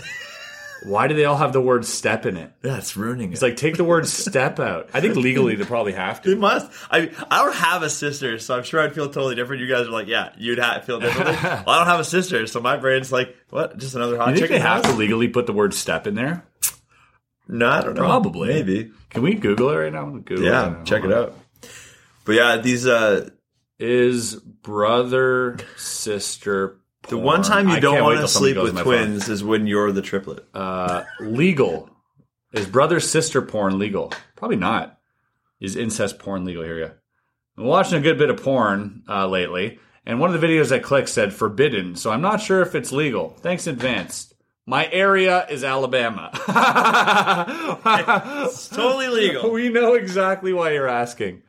Speaker 2: "Why do they all have the word step in it?"
Speaker 3: that's ruining it.
Speaker 2: It's like take the
Speaker 3: *laughs*
Speaker 2: word step out. I think legally they probably have
Speaker 3: It
Speaker 2: to.
Speaker 3: must. I I don't have a sister, so I'm sure I'd feel totally different. You guys are like, yeah, you'd ha- feel differently.
Speaker 2: *laughs*
Speaker 3: well, I don't have a sister, so my brain's like, what? Just another hot
Speaker 2: You think
Speaker 3: chicken
Speaker 2: they have to
Speaker 3: house?
Speaker 2: legally put the word step in there?
Speaker 3: No, I don't know.
Speaker 2: Probably.
Speaker 3: maybe.
Speaker 2: Can we Google it right now? I'm gonna Google it right
Speaker 3: Yeah,
Speaker 2: now.
Speaker 3: check
Speaker 2: Hold
Speaker 3: it
Speaker 2: on.
Speaker 3: out. But yeah, these uh,
Speaker 2: Is brother sister
Speaker 3: the one
Speaker 2: Uh,
Speaker 3: time you don't want to sleep with
Speaker 2: twins.
Speaker 3: twins is when you're the triplet.
Speaker 2: *laughs* legal? Is brother sister porn legal? Probably not. Is incest porn legal? Here we go. I've been watching a good bit of porn uh, lately, and one of the videos I clicked said forbidden, so I'm not sure if it's legal. Thanks in advance. My area is Alabama. *laughs*
Speaker 3: It's totally legal.
Speaker 2: we know exactly why you're asking.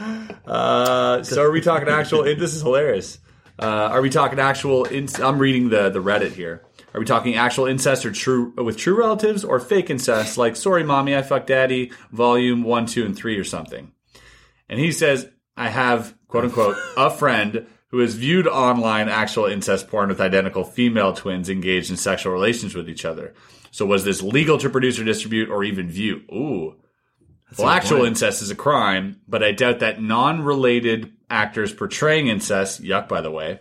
Speaker 2: uh, so are we talking actual? it- this is hilarious. Uh, are we talking actual? In, I'm reading the the Reddit here. Are we talking actual incest or true with true relatives or fake incest? Like, sorry, mommy, I fucked daddy. Volume one, two, and three, or something. And he says, I have, quote unquote, a friend who has viewed online actual incest porn with identical female twins engaged in sexual relations with each other. So was this legal to produce or distribute or even view? Ooh. well, actual incest is a crime, but I doubt that non related actors portraying incest, yuck, by the way.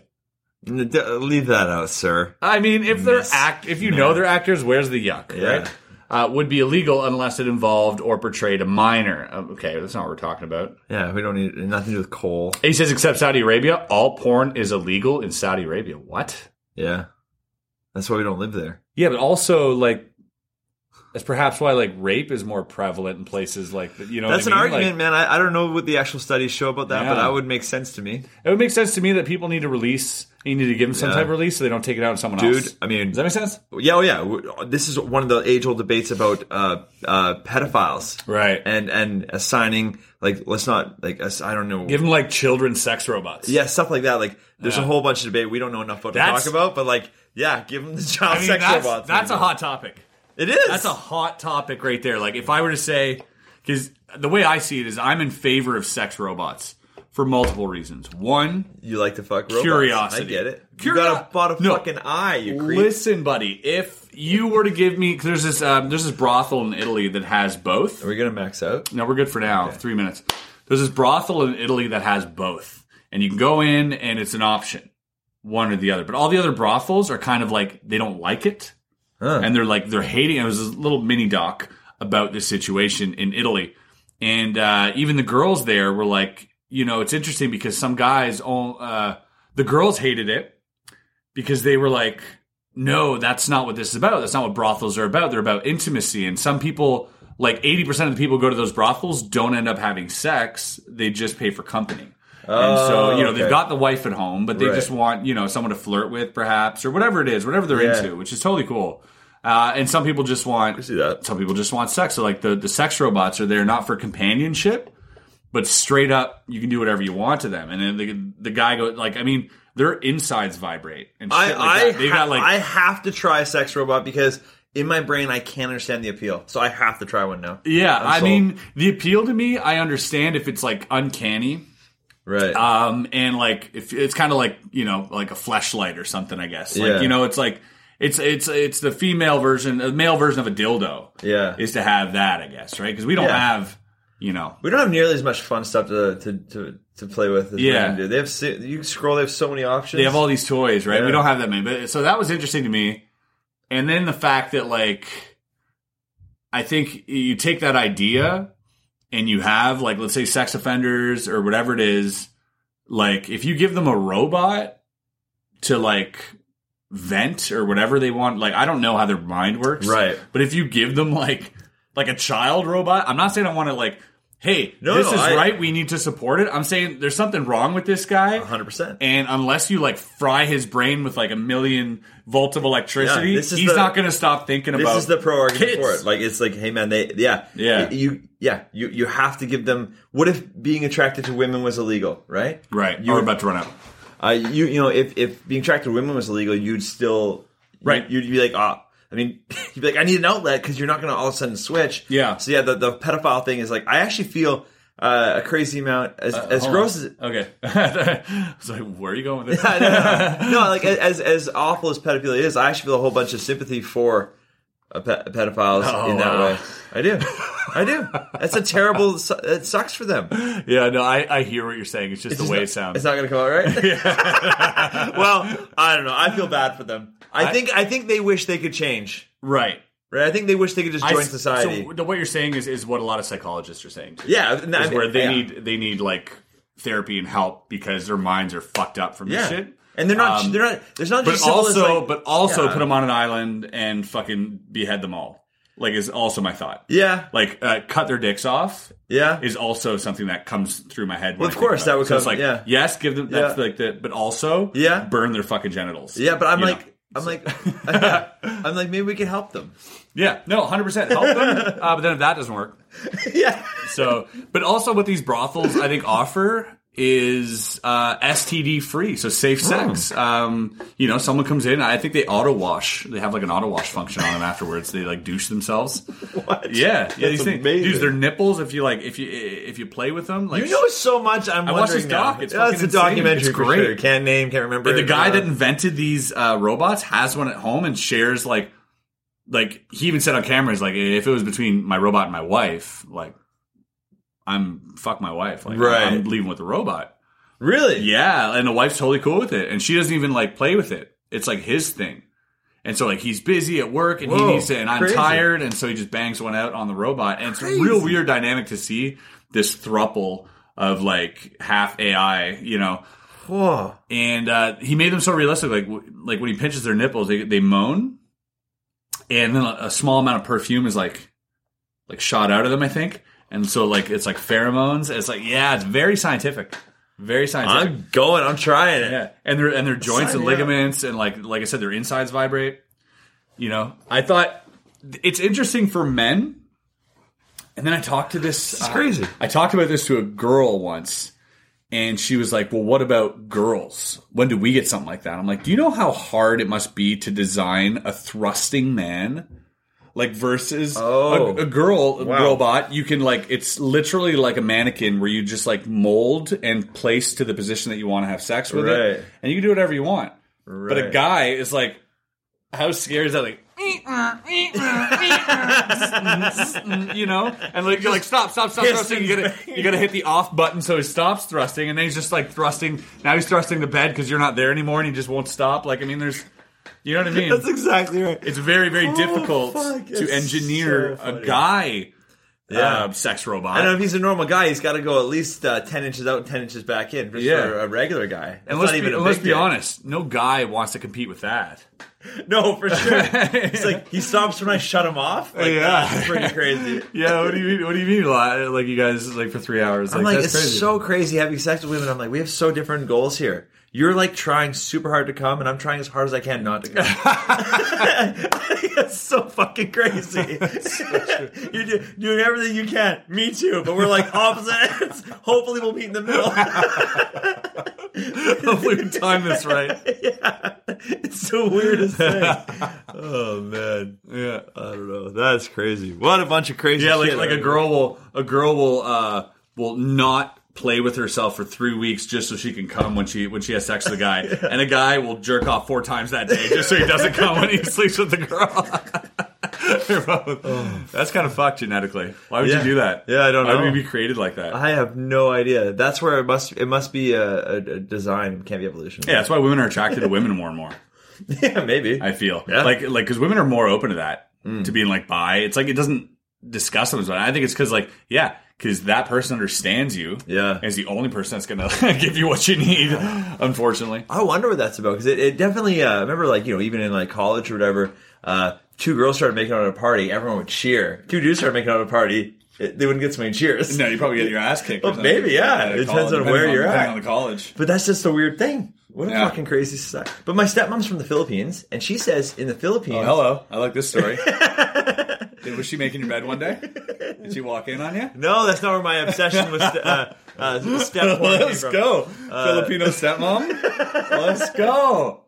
Speaker 3: N- d- Leave that out, sir.
Speaker 2: I mean, if they're act, if you know they're actors, where's the yuck,
Speaker 3: Yeah.
Speaker 2: right? Uh, would be illegal unless it involved or portrayed a minor. Uh, Okay, that's not what we're talking about.
Speaker 3: Yeah, we don't need nothing to do with coal.
Speaker 2: He says, except Saudi Arabia, all porn is illegal in Saudi Arabia. What?
Speaker 3: Yeah, that's why we don't live there.
Speaker 2: Yeah, but also like that's perhaps why like rape is more prevalent in places like you know.
Speaker 3: That's
Speaker 2: what I
Speaker 3: an
Speaker 2: mean? Like,
Speaker 3: argument, man. I, I don't know what the actual studies show about that, but
Speaker 2: Yeah.
Speaker 3: that would make sense to me,
Speaker 2: it would make sense to me that people need to release. You need to give them some
Speaker 3: Yeah.
Speaker 2: type of release so they don't take it out on someone
Speaker 3: dude.
Speaker 2: else.
Speaker 3: I mean,
Speaker 2: Does that make sense?
Speaker 3: yeah, oh yeah. W- This is one of the age-old debates about uh, uh, pedophiles,
Speaker 2: Right.
Speaker 3: And and assigning like let's not like ass- I don't know.
Speaker 2: Give them like children sex robots.
Speaker 3: yeah, stuff like that. Like, there's a whole bunch of debate we don't know enough about to
Speaker 2: That's-
Speaker 3: talk about, but like, yeah, give them the child
Speaker 2: I mean,
Speaker 3: sex
Speaker 2: that's,
Speaker 3: robots.
Speaker 2: that's a hot topic.
Speaker 3: It is.
Speaker 2: That's a hot topic right there. Like if I were to say, because the way I see it is, I'm in favor of sex robots for multiple reasons. One,
Speaker 3: You like to fuck robots.
Speaker 2: Curiosity.
Speaker 3: I get it.
Speaker 2: Curio-
Speaker 3: you got a, bought a
Speaker 2: No.
Speaker 3: fucking eye, you creep.
Speaker 2: Listen, buddy, if you were to give me, 'cause there's this um, there's this brothel in Italy that has both.
Speaker 3: Are we gonna max out?
Speaker 2: No, we're good for now. Three minutes. There's this brothel in Italy that has both, and you can go in, and it's an option, one or the other. But all the other brothels are kind of like they don't like it, and they're like they're hating. It was this little mini doc about this situation in Italy, and uh, even the girls there were like, you know, it's interesting because some guys, all, uh, the girls hated it because they were like, no, that's not what this is about. That's not what brothels are about. They're about intimacy. And some people, like 80% of the people who go to those brothels, don't end up having sex. They just pay for company. and so, you know, they've
Speaker 3: Oh, okay.
Speaker 2: got the wife at home, but they
Speaker 3: Right.
Speaker 2: just want, you know, someone to flirt with perhaps or whatever it is, whatever they're
Speaker 3: Yeah.
Speaker 2: into, which is totally cool. Uh, and some people just want
Speaker 3: see that.
Speaker 2: some people just want sex. So like the, the sex robots are there not for companionship, but straight up you can do whatever you want to them. And then the, the guy goes like, I mean, their insides vibrate and shit
Speaker 3: I
Speaker 2: like that.
Speaker 3: I,
Speaker 2: They
Speaker 3: ha-
Speaker 2: got like
Speaker 3: I have to try a sex robot because in my brain I can't understand the appeal, so I have to try one now.
Speaker 2: Yeah,
Speaker 3: I'm
Speaker 2: I
Speaker 3: sold.
Speaker 2: mean, the appeal to me, I understand if it's like uncanny,
Speaker 3: right?
Speaker 2: um, and like if it's kind of like you know like a fleshlight or something, I guess. Like
Speaker 3: Yeah.
Speaker 2: you know, it's like it's it's it's the female version, the male version of a dildo.
Speaker 3: Yeah.
Speaker 2: is to have that, I guess, right? Because we don't
Speaker 3: Yeah.
Speaker 2: have you know.
Speaker 3: We don't have nearly as much fun stuff to to, to, to play with as
Speaker 2: Yeah.
Speaker 3: men do. They have si- you scroll. They have so many options.
Speaker 2: They have all these toys, right?
Speaker 3: Yeah.
Speaker 2: We don't have that many, but so that was interesting to me. And then the fact that like, I think you take that idea and you have like, let's say sex offenders or whatever it is. Like, if you give them a robot to like vent or whatever they want, like I don't know how their mind works,
Speaker 3: Right.
Speaker 2: But if you give them like like a child robot, I'm not saying I want to like. Hey,
Speaker 3: No,
Speaker 2: this
Speaker 3: no,
Speaker 2: is
Speaker 3: I-
Speaker 2: right. We need to support it. I'm saying there's something wrong with this
Speaker 3: Uh-huh.
Speaker 2: guy.
Speaker 3: 100%.
Speaker 2: And unless you like fry his brain with like a million volts of electricity,
Speaker 3: Yeah, this is
Speaker 2: he's
Speaker 3: the-
Speaker 2: not going to stop thinking
Speaker 3: This
Speaker 2: about.
Speaker 3: is the pro argument
Speaker 2: kids.
Speaker 3: for it. Like it's like, hey man, they yeah
Speaker 2: Yeah.
Speaker 3: you yeah you you have to give them. What if being attracted to women was illegal? Right.
Speaker 2: right, you
Speaker 3: You
Speaker 2: were
Speaker 3: would-
Speaker 2: about to run out.
Speaker 3: Uh, you you know if if being attracted to women was illegal, you'd still
Speaker 2: Right.
Speaker 3: You'd, you'd be like ah. I mean, *laughs* you'd be like, I need an outlet because you're not going to all of a sudden switch.
Speaker 2: Yeah.
Speaker 3: So yeah, the, the pedophile thing is like, I actually feel uh, a crazy amount as, as
Speaker 2: Hold
Speaker 3: gross
Speaker 2: on.
Speaker 3: as it,
Speaker 2: Oh, okay. *laughs* I was like, where are you going with this? *laughs*
Speaker 3: I don't know. no, like as as awful as pedophilia is, I actually feel a whole bunch of sympathy for uh, pe- pedophiles
Speaker 2: Oh,
Speaker 3: in that
Speaker 2: wow.
Speaker 3: way. I do,
Speaker 2: *laughs*
Speaker 3: I do. That's a terrible. su- It sucks for them. It's
Speaker 2: yeah, no, I, I hear what you're saying. It's just the
Speaker 3: just
Speaker 2: way
Speaker 3: not-
Speaker 2: it sounds.
Speaker 3: It's not going to come out
Speaker 2: *laughs*
Speaker 3: right. *laughs* well, I don't know. I feel bad for them. I, think I think they wish they could change.
Speaker 2: right.
Speaker 3: Right? I think they wish they could just
Speaker 2: I
Speaker 3: join
Speaker 2: s-
Speaker 3: society.
Speaker 2: So the, what you're saying is is what a lot of psychologists are saying. Too,
Speaker 3: yeah, and I
Speaker 2: is
Speaker 3: mean-
Speaker 2: where they
Speaker 3: yeah.
Speaker 2: need they need like therapy and help because their minds are fucked up from
Speaker 3: yeah.
Speaker 2: this shit.
Speaker 3: And they're not.
Speaker 2: Um,
Speaker 3: they're not. There's not.
Speaker 2: but
Speaker 3: just simple as,
Speaker 2: also,
Speaker 3: like-
Speaker 2: but also
Speaker 3: Yeah.
Speaker 2: put them on an island and fucking behead them all. Like is also my thought.
Speaker 3: Yeah.
Speaker 2: Like uh, cut their dicks off
Speaker 3: Yeah.
Speaker 2: is also something that comes through my head. when
Speaker 3: Well, of
Speaker 2: I think
Speaker 3: course,
Speaker 2: about
Speaker 3: that
Speaker 2: it.
Speaker 3: would
Speaker 2: So it's
Speaker 3: come-
Speaker 2: like
Speaker 3: yeah.
Speaker 2: yes, give them that's
Speaker 3: Yeah.
Speaker 2: like the but also
Speaker 3: Yeah.
Speaker 2: burn their fucking genitals.
Speaker 3: Yeah, but I'm
Speaker 2: You know?
Speaker 3: like, *laughs* I'm like, yeah.
Speaker 2: *laughs*
Speaker 3: I'm like, maybe we can help them.
Speaker 2: yeah, no, hundred percent help them.
Speaker 3: *laughs*
Speaker 2: uh, but then if that doesn't work,
Speaker 3: Yeah.
Speaker 2: so but also what these brothels I think offer is uh, STD free, so safe
Speaker 3: Oh.
Speaker 2: sex. Um, you know, someone comes in. I think they auto wash. They have like an auto wash function on them afterwards. They like douche themselves.
Speaker 3: *laughs* What?
Speaker 2: Yeah, yeah. These
Speaker 3: That's
Speaker 2: things,
Speaker 3: amazing.
Speaker 2: dude, their nipples. If you like, if you if you play with them, like
Speaker 3: You know so much. I'm
Speaker 2: I watched
Speaker 3: wondering
Speaker 2: this doc.
Speaker 3: now.
Speaker 2: It's
Speaker 3: Yeah,
Speaker 2: fucking
Speaker 3: it's a
Speaker 2: insane.
Speaker 3: documentary.
Speaker 2: It's
Speaker 3: for
Speaker 2: great.
Speaker 3: sure. Can't name. Can't remember.
Speaker 2: the guy that invented these uh, robots has one at home and shares like like he even said on camera he's like if it was between my robot and my wife like i'm fuck my wife like
Speaker 3: Right.
Speaker 2: i'm leaving with the robot
Speaker 3: really.
Speaker 2: yeah and the wife's totally cool with it and she doesn't even like play with it it's like his thing and so like he's busy at work and
Speaker 3: Whoa,
Speaker 2: he needs to and i'm
Speaker 3: crazy.
Speaker 2: tired and so he just bangs one out on the robot and it's a real weird dynamic to see this thruple of like half ai you know
Speaker 3: Whoa.
Speaker 2: and uh, he made them so realistic. Like w- like when he pinches their nipples, they they moan, and then a, a small amount of perfume is like like shot out of them. I think, and so like it's like pheromones. It's like yeah, it's very scientific, very scientific.
Speaker 3: I'm going. I'm trying it.
Speaker 2: yeah, and their and their joints
Speaker 3: Sign
Speaker 2: and
Speaker 3: me up.
Speaker 2: ligaments and like like I said, their insides vibrate. You know, I thought it's interesting for men. And then I talked to this. uh,
Speaker 3: It's crazy.
Speaker 2: I talked about this to a girl once, and she was like, "Well, what about girls? When do we get something like that?" I'm like, "Do you know how hard it must be to design a thrusting man?" Like versus
Speaker 3: Oh.
Speaker 2: a, a girl
Speaker 3: Wow.
Speaker 2: robot, you can like it's literally like a mannequin where you just like mold and place to the position that you want to have sex with
Speaker 3: Right.
Speaker 2: it, and you can do whatever you want. But a
Speaker 3: Right. *laughs*
Speaker 2: guy is like, how scary is that? Like, *laughs* you know, and like you're like stop, stop, stop thrusting. You gotta, you gotta hit the off button so he stops thrusting, and then he's just like thrusting. Now he's thrusting the bed because you're not there anymore, and he just won't stop. Like I mean, there's, you know what I mean?
Speaker 3: That's exactly right.
Speaker 2: it's very, very
Speaker 3: Oh,
Speaker 2: difficult
Speaker 3: fuck,
Speaker 2: to
Speaker 3: it's
Speaker 2: engineer
Speaker 3: so
Speaker 2: a
Speaker 3: funny.
Speaker 2: guy,
Speaker 3: Yeah.
Speaker 2: uh, sex
Speaker 3: I
Speaker 2: robot.
Speaker 3: don't know if he's a normal guy. He's got to go at least uh, ten inches out, ten inches back in. For
Speaker 2: Yeah.
Speaker 3: sure, a regular guy. That's
Speaker 2: and let's
Speaker 3: not even
Speaker 2: be,
Speaker 3: a
Speaker 2: and let's
Speaker 3: big
Speaker 2: be
Speaker 3: dick.
Speaker 2: honest, no guy wants to compete with that.
Speaker 3: *laughs* No,
Speaker 2: *laughs*
Speaker 3: for sure. It's like he stops when I shut him off. Like,
Speaker 2: Yeah.
Speaker 3: that's pretty crazy.
Speaker 2: *laughs* Yeah, what do you mean? What do you mean? li- Like you guys like for three hours? Like,
Speaker 3: I'm like,
Speaker 2: that's
Speaker 3: it's
Speaker 2: crazy.
Speaker 3: so crazy having sex with women. I'm like, we have so different goals here. You're like trying super hard to come, and I'm trying as hard as I can
Speaker 2: *laughs*
Speaker 3: not to come. *laughs* it's so
Speaker 2: *laughs*
Speaker 3: fucking crazy. You're do- doing everything you can. Me too, but we're like opposites. *laughs* Hopefully, we'll meet in the middle.
Speaker 2: *laughs* Hopefully we time this
Speaker 3: *laughs*
Speaker 2: right.
Speaker 3: it's the
Speaker 2: *laughs*
Speaker 3: weirdest thing. oh man,
Speaker 2: Yeah.
Speaker 3: I don't know. That's crazy. What a bunch of crazy.
Speaker 2: Yeah, like
Speaker 3: shit
Speaker 2: like a
Speaker 3: around.
Speaker 2: girl will a girl will uh will not play with herself for three weeks just so she can come when she when she has sex with a
Speaker 3: *laughs*
Speaker 2: guy, and a *laughs* guy will jerk off four times that day just so he doesn't come when he sleeps with the girl. They're both. That's kind of fucked genetically. Why would
Speaker 3: Oh. Yeah.
Speaker 2: you do that?
Speaker 3: Yeah, I don't
Speaker 2: Why
Speaker 3: know.
Speaker 2: would you be created like that?
Speaker 3: I have no idea. That's where it must it must be a, a, a design. Can't be evolution.
Speaker 2: yeah, that's why women are attracted to women more and more.
Speaker 3: *laughs* yeah,
Speaker 2: *laughs*
Speaker 3: maybe.
Speaker 2: I feel
Speaker 3: Yeah.
Speaker 2: like like because women are more open to that to being like bi. It's like it doesn't discuss them. as much. I think it's because like yeah, because that person understands you.
Speaker 3: Yeah.
Speaker 2: is the only person that's gonna *laughs* give you what you need. Unfortunately,
Speaker 3: I wonder what that's about because it, it definitely. Uh, I remember, like you know, even in like college or whatever, uh, two girls started making out at a party. Everyone would cheer. Two dudes started making out at a party. It, they wouldn't get so many cheers.
Speaker 2: no, you probably get your ass kicked. or
Speaker 3: Well,
Speaker 2: something.
Speaker 3: maybe, yeah.
Speaker 2: At
Speaker 3: It
Speaker 2: a
Speaker 3: depends
Speaker 2: college-
Speaker 3: on
Speaker 2: depending
Speaker 3: where you're
Speaker 2: depending
Speaker 3: at.
Speaker 2: on the college.
Speaker 3: But that's just a weird thing. What a
Speaker 2: Yeah.
Speaker 3: fucking crazy society. But my stepmom's from the Philippines, and she says in the Philippines,
Speaker 2: Oh, hello. I like this *laughs* story. Did- Was she making your bed one day? Did she walk in on *laughs* you?
Speaker 3: No, that's not where my obsession with st- uh,
Speaker 2: *laughs*
Speaker 3: uh, step porn came
Speaker 2: Let's
Speaker 3: from.
Speaker 2: go. Filipino *laughs* stepmom. Let's go.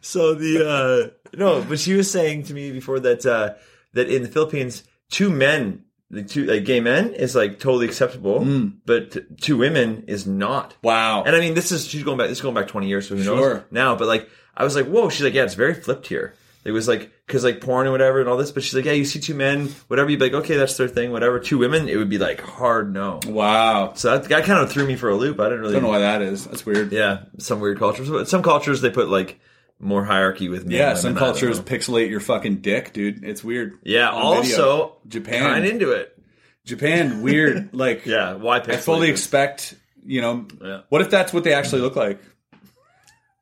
Speaker 3: So the uh, no, but she was saying to me before that uh, that in the Philippines, two men, the two like gay men, is like totally acceptable, but t- two women is not.
Speaker 2: Mm. Wow.
Speaker 3: And I mean, this is she's going back. This is going back twenty years, so who knows
Speaker 2: Sure.
Speaker 3: now? But like, I was like, whoa. She's like, yeah, it's very flipped here. It was like because like porn and whatever and all this, but she's like, yeah, you see two men, whatever. You'd be like, okay, that's their thing, whatever. Two women, it would be like hard no.
Speaker 2: Wow.
Speaker 3: So that, that kind of threw me for a loop. I didn't really
Speaker 2: don't know why that is. That's weird.
Speaker 3: yeah, some weird cultures. But some cultures they put like more hierarchy with men.
Speaker 2: Yeah,
Speaker 3: and
Speaker 2: some
Speaker 3: women, I don't
Speaker 2: cultures
Speaker 3: know.
Speaker 2: pixelate your fucking dick, dude. It's weird.
Speaker 3: Yeah.
Speaker 2: On
Speaker 3: also,
Speaker 2: video. Japan,
Speaker 3: kind into it.
Speaker 2: Japan,
Speaker 3: *laughs*
Speaker 2: weird. like,
Speaker 3: Yeah. Why?
Speaker 2: I fully expect. You know,
Speaker 3: Yeah.
Speaker 2: what if that's what they actually look like?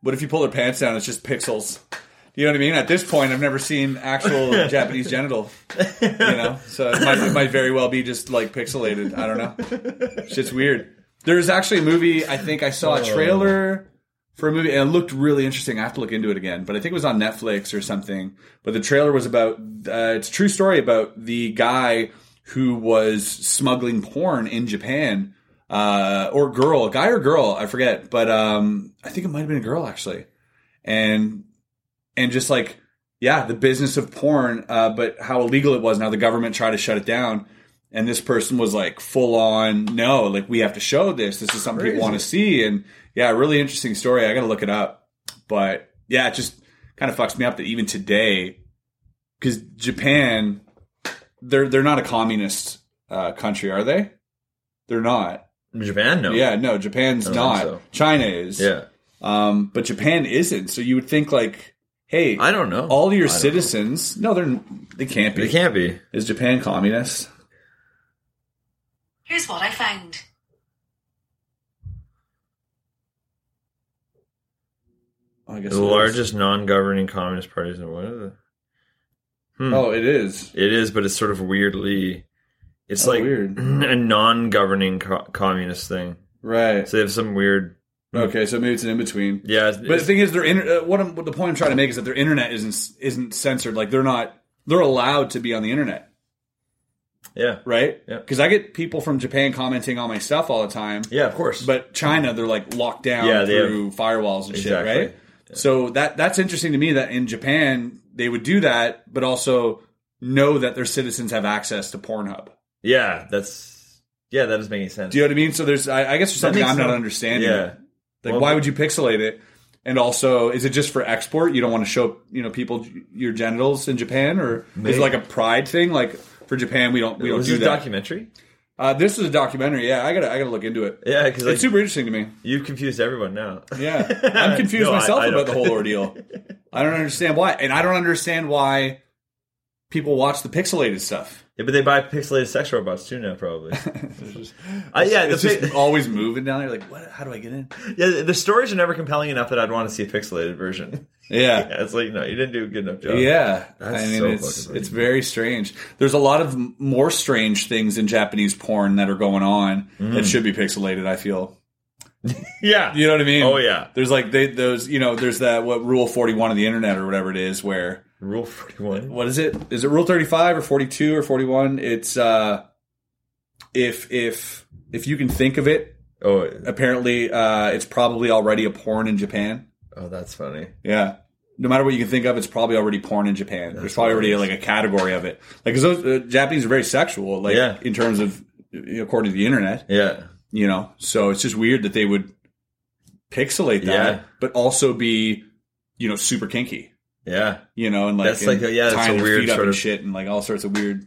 Speaker 2: What if you pull their pants down? It's just pixels. You know what I mean? At this point, I've never seen actual
Speaker 3: *laughs*
Speaker 2: Japanese genital. You know, so it might, it might very well be just like pixelated. I don't know. Shit's weird. There's actually a movie. I think I saw
Speaker 3: Oh.
Speaker 2: a trailer for a movie, and it looked really interesting. I have to look into it again, but I think it was on Netflix or something. But the trailer was about uh, it's a true story about the guy who was smuggling porn in Japan, uh, or girl, guy or girl, I forget, but um, I think it might have been a girl actually, and and just like yeah, the business of porn, uh, but how illegal it was, and how the government tried to shut it down. And this person was like full on, no, like we have to show this. This is something people want to see. And yeah, really interesting story. I got to look it up. But yeah, it just kind of fucks me up that even today, because Japan, they're they're not a communist uh, country, are they? They're not.
Speaker 3: Japan. No.
Speaker 2: Yeah, no, Japan's
Speaker 3: I don't
Speaker 2: not.
Speaker 3: think so.
Speaker 2: China is.
Speaker 3: Yeah.
Speaker 2: Um, but Japan isn't. So you would think like, hey,
Speaker 3: I don't know.
Speaker 2: all your
Speaker 3: I don't
Speaker 2: citizens. No, they're they can't be.
Speaker 3: It can't be.
Speaker 2: Is Japan communist?
Speaker 5: Here's what I found.
Speaker 2: Oh, I guess
Speaker 3: The
Speaker 2: it is.
Speaker 3: largest non-governing communist parties in the world. Hmm.
Speaker 2: Oh, it is.
Speaker 3: It is, but it's sort of weirdly. It's
Speaker 2: Oh,
Speaker 3: like
Speaker 2: weird.
Speaker 3: *clears throat* a non-governing co- communist thing.
Speaker 2: Right.
Speaker 3: So they have some weird.
Speaker 2: Okay, so maybe it's an in between.
Speaker 3: Yeah, it's-
Speaker 2: But the thing is, their inter- uh, what, I'm, what the point I'm trying to make is that their internet isn't isn't censored. Like they're not they're allowed to be on the internet,
Speaker 3: yeah,
Speaker 2: right?
Speaker 3: Yeah.
Speaker 2: Because I get people from Japan commenting on my stuff all the time.
Speaker 3: yeah, of course.
Speaker 2: But China, they're like locked down
Speaker 3: Yeah, they
Speaker 2: through firewalls and
Speaker 3: Exactly.
Speaker 2: shit, right? So that that's interesting to me that in Japan they would do that, but also know that their citizens have access to Pornhub.
Speaker 3: yeah, that's yeah, that doesn't make any sense.
Speaker 2: Do you know what I mean? So there's, I, I guess, there's something
Speaker 3: makes
Speaker 2: I'm not
Speaker 3: sense.
Speaker 2: understanding.
Speaker 3: Yeah.
Speaker 2: Like,
Speaker 3: Well,
Speaker 2: why
Speaker 3: but-
Speaker 2: would you pixelate it? And also, is it just for export? You don't want to show, you know, people your genitals in Japan, or is
Speaker 3: Maybe.
Speaker 2: it like a pride thing? Like for Japan, we don't we don't
Speaker 3: was
Speaker 2: do
Speaker 3: this a
Speaker 2: that.
Speaker 3: documentary?
Speaker 2: uh, this is a documentary. Yeah, I gotta I gotta look into it.
Speaker 3: Yeah, because like,
Speaker 2: it's super interesting to me.
Speaker 3: you've confused everyone now.
Speaker 2: Yeah, I'm confused
Speaker 3: No, I-
Speaker 2: myself
Speaker 3: I
Speaker 2: about
Speaker 3: don't.
Speaker 2: the whole ordeal. I don't understand why, and I don't understand why people watch the pixelated stuff.
Speaker 3: *laughs* Yeah, but they buy pixelated sex robots too
Speaker 2: *laughs*
Speaker 3: now, probably. Uh, yeah, the
Speaker 2: It's just
Speaker 3: pi-
Speaker 2: always moving down there. Like, what? How do I get
Speaker 3: *laughs*
Speaker 2: in?
Speaker 3: yeah, the stories are never compelling enough that I'd want to see a pixelated version.
Speaker 2: Yeah,
Speaker 3: *laughs* Yeah, it's like no, you didn't do a good enough job.
Speaker 2: Yeah,
Speaker 3: That's
Speaker 2: I mean
Speaker 3: so
Speaker 2: it's
Speaker 3: fucking funny.
Speaker 2: it's very strange. There's a lot of m- more strange things in Japanese porn that are going on
Speaker 3: Mm.
Speaker 2: that should be pixelated. I feel
Speaker 3: yeah,
Speaker 2: you know what I mean.
Speaker 3: Oh, yeah.
Speaker 2: there's like they, those you know there's that what rule forty one of the internet or whatever it is where
Speaker 3: Rule forty one.
Speaker 2: what is it is it rule thirty five or forty two or forty one? It's uh if if if you can think of it,
Speaker 3: Oh,
Speaker 2: apparently uh it's probably already a porn in Japan.
Speaker 3: oh, that's funny.
Speaker 2: Yeah. No matter what you can think of, it's probably already porn in Japan. There's probably already like a category of it. Like, 'cause those uh, Japanese are very sexual, like
Speaker 3: Yeah.
Speaker 2: in terms of according to the internet,
Speaker 3: Yeah,
Speaker 2: you know. So it's just weird that they would pixelate that,
Speaker 3: Yeah.
Speaker 2: but also be, you know, super kinky.
Speaker 3: Yeah.
Speaker 4: you know, and like
Speaker 3: That's like
Speaker 4: and
Speaker 3: a- yeah, that's
Speaker 4: tying
Speaker 3: a
Speaker 4: their
Speaker 3: weird
Speaker 4: feet up
Speaker 3: sort
Speaker 4: and
Speaker 3: of-
Speaker 4: shit, and like all sorts of weird,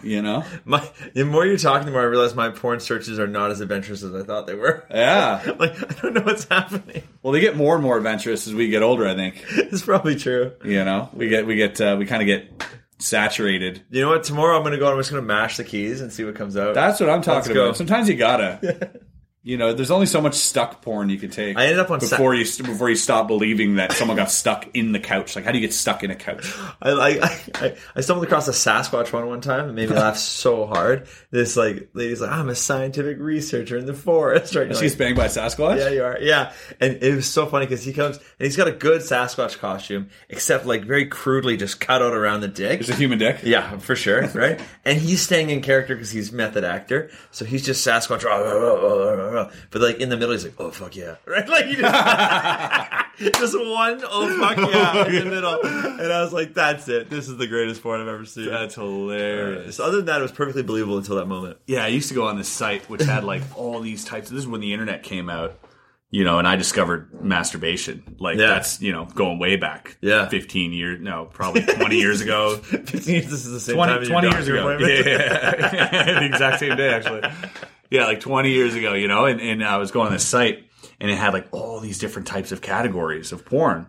Speaker 4: you know.
Speaker 3: My the more you're talking, the more I realize my porn searches are not as adventurous as I thought they were.
Speaker 4: Yeah.
Speaker 3: *laughs* like I don't know what's happening.
Speaker 4: *laughs* Well, they get more and more adventurous as we get older. I think
Speaker 3: *laughs* It's probably true.
Speaker 4: you know we get we get uh, we kind of get saturated.
Speaker 3: You know what? Tomorrow I'm gonna go. I'm just gonna mash the keys and see what comes out.
Speaker 4: That's what I'm talking
Speaker 3: Let's go.
Speaker 4: about. Sometimes you
Speaker 2: *laughs*
Speaker 4: gotta. You know, there's only so much stuck porn you can take.
Speaker 3: I ended up on
Speaker 4: before you before you stop believing that someone got stuck in the couch. Like, how do you get stuck in a couch?
Speaker 3: I like I, I stumbled across a Sasquatch one one time and made me laugh so hard. This like lady's like I'm a scientific researcher in the forest right now.
Speaker 4: She gets banged by a Sasquatch.
Speaker 3: Yeah, you are. Yeah, and it was so funny because he comes and he's got a good Sasquatch costume, except like very crudely just cut out around the dick.
Speaker 4: It's a human dick.
Speaker 3: Yeah, for sure,
Speaker 2: *laughs*
Speaker 3: right? and he's staying in character because he's method actor, so he's just Sasquatch. "Rah, rah, rah, rah, rah, rah." But like in the middle, he's like, "Oh fuck yeah!" *laughs* Right? Like he just, *laughs* just one "Oh
Speaker 2: *laughs*
Speaker 3: fuck yeah" in the middle, and I was like, "That's it. This is the greatest porn I've ever seen."
Speaker 2: That's hilarious.
Speaker 3: So other than that, it was perfectly believable until that moment.
Speaker 2: Yeah, I used to go on this site which
Speaker 4: *laughs*
Speaker 2: had like all these types. This is when the internet came out, you know, and I discovered masturbation. Like
Speaker 3: Yeah.
Speaker 2: that's you know going way back.
Speaker 3: Yeah.
Speaker 2: fifteen years. No, probably twenty
Speaker 4: *laughs*
Speaker 2: years
Speaker 3: *laughs*
Speaker 2: ago.
Speaker 3: this is the same
Speaker 2: 20,
Speaker 3: time as your
Speaker 2: 20 years
Speaker 3: doctor
Speaker 2: ago. *laughs*
Speaker 3: appointment.
Speaker 2: Yeah, *laughs* the exact same day actually. Yeah, like twenty years ago, you know, and, and I was going on this site and it had like all these different types of categories of porn,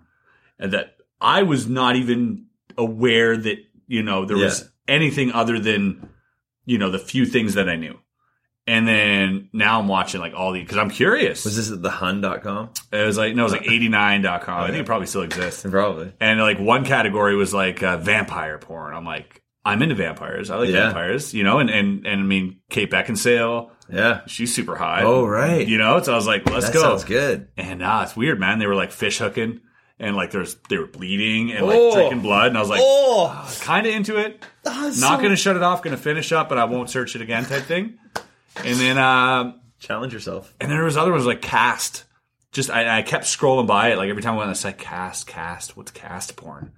Speaker 2: and that I was not even aware that you know there
Speaker 3: Yeah.
Speaker 2: was anything other than you know the few things that I knew. And then now I'm watching like all the because I'm curious.
Speaker 3: Was this at the Hun.com?
Speaker 2: it was like no, it was like 89.com.
Speaker 3: Oh,
Speaker 2: I think it probably still exists.
Speaker 3: Probably.
Speaker 2: And like one category was like uh, vampire porn. I'm like, I'm into vampires. I like
Speaker 3: Yeah.
Speaker 2: vampires, you know. And and and I mean, Kate Beckinsale,
Speaker 3: Yeah.
Speaker 2: she's super hot.
Speaker 3: Oh, right.
Speaker 2: You know. So I was like, let's
Speaker 3: that
Speaker 2: go.
Speaker 3: sounds good.
Speaker 2: And ah, it's weird, man. They were like fish hooking, and like there's they were bleeding and like
Speaker 3: Oh.
Speaker 2: drinking blood. And I was like,
Speaker 3: Oh,
Speaker 2: kind of into it. Not going to shut it off. Going to finish up, but I won't search it again, type thing. And then um,
Speaker 3: challenge yourself.
Speaker 2: and then there was other ones like cast. Just I, I kept scrolling by it. Like every time I went on the site, cast, cast. What's cast porn?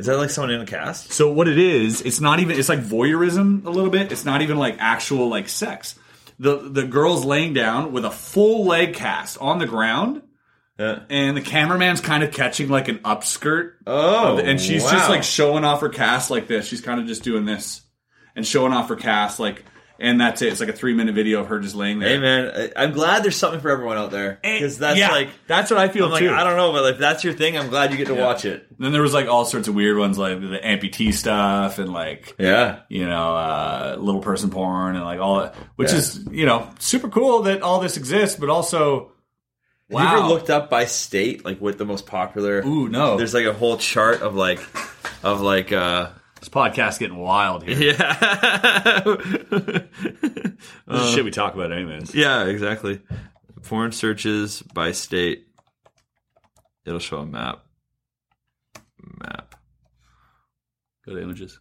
Speaker 3: Is that like someone in a cast?
Speaker 2: So what it is, it's not even it's like voyeurism a little bit. It's not even like actual like sex. The the girl's laying down with a full leg cast on the ground.
Speaker 3: Yeah.
Speaker 2: And the cameraman's kind of catching like an upskirt.
Speaker 3: Oh,
Speaker 2: and she's just like showing off her cast like this. She's kind of just doing this and showing off her cast like and that's it. It's like a 3-minute video of her just laying there.
Speaker 3: hey man, I, I'm glad there's something for everyone out there
Speaker 2: And-
Speaker 3: because that's
Speaker 2: yeah,
Speaker 3: like
Speaker 2: that's what I feel
Speaker 3: I'm like
Speaker 2: too.
Speaker 3: I don't know, but if that's your thing, I'm glad you get to watch it.
Speaker 2: Then there was like all sorts of weird ones like the amputee stuff and like
Speaker 3: Yeah,
Speaker 2: you know, uh, little person porn and like all that, which is, you know, super cool that all this exists, but also, wow.
Speaker 3: Have you ever looked up by state, like what the most popular?
Speaker 2: Ooh, no.
Speaker 3: There's like a whole chart of like, of like, *laughs* uh
Speaker 2: this podcast getting wild here.
Speaker 3: yeah,
Speaker 2: This is shit we talk about anyways.
Speaker 3: *laughs* yeah, exactly. Porn searches by state. It'll show a map. Map.
Speaker 2: Go to images.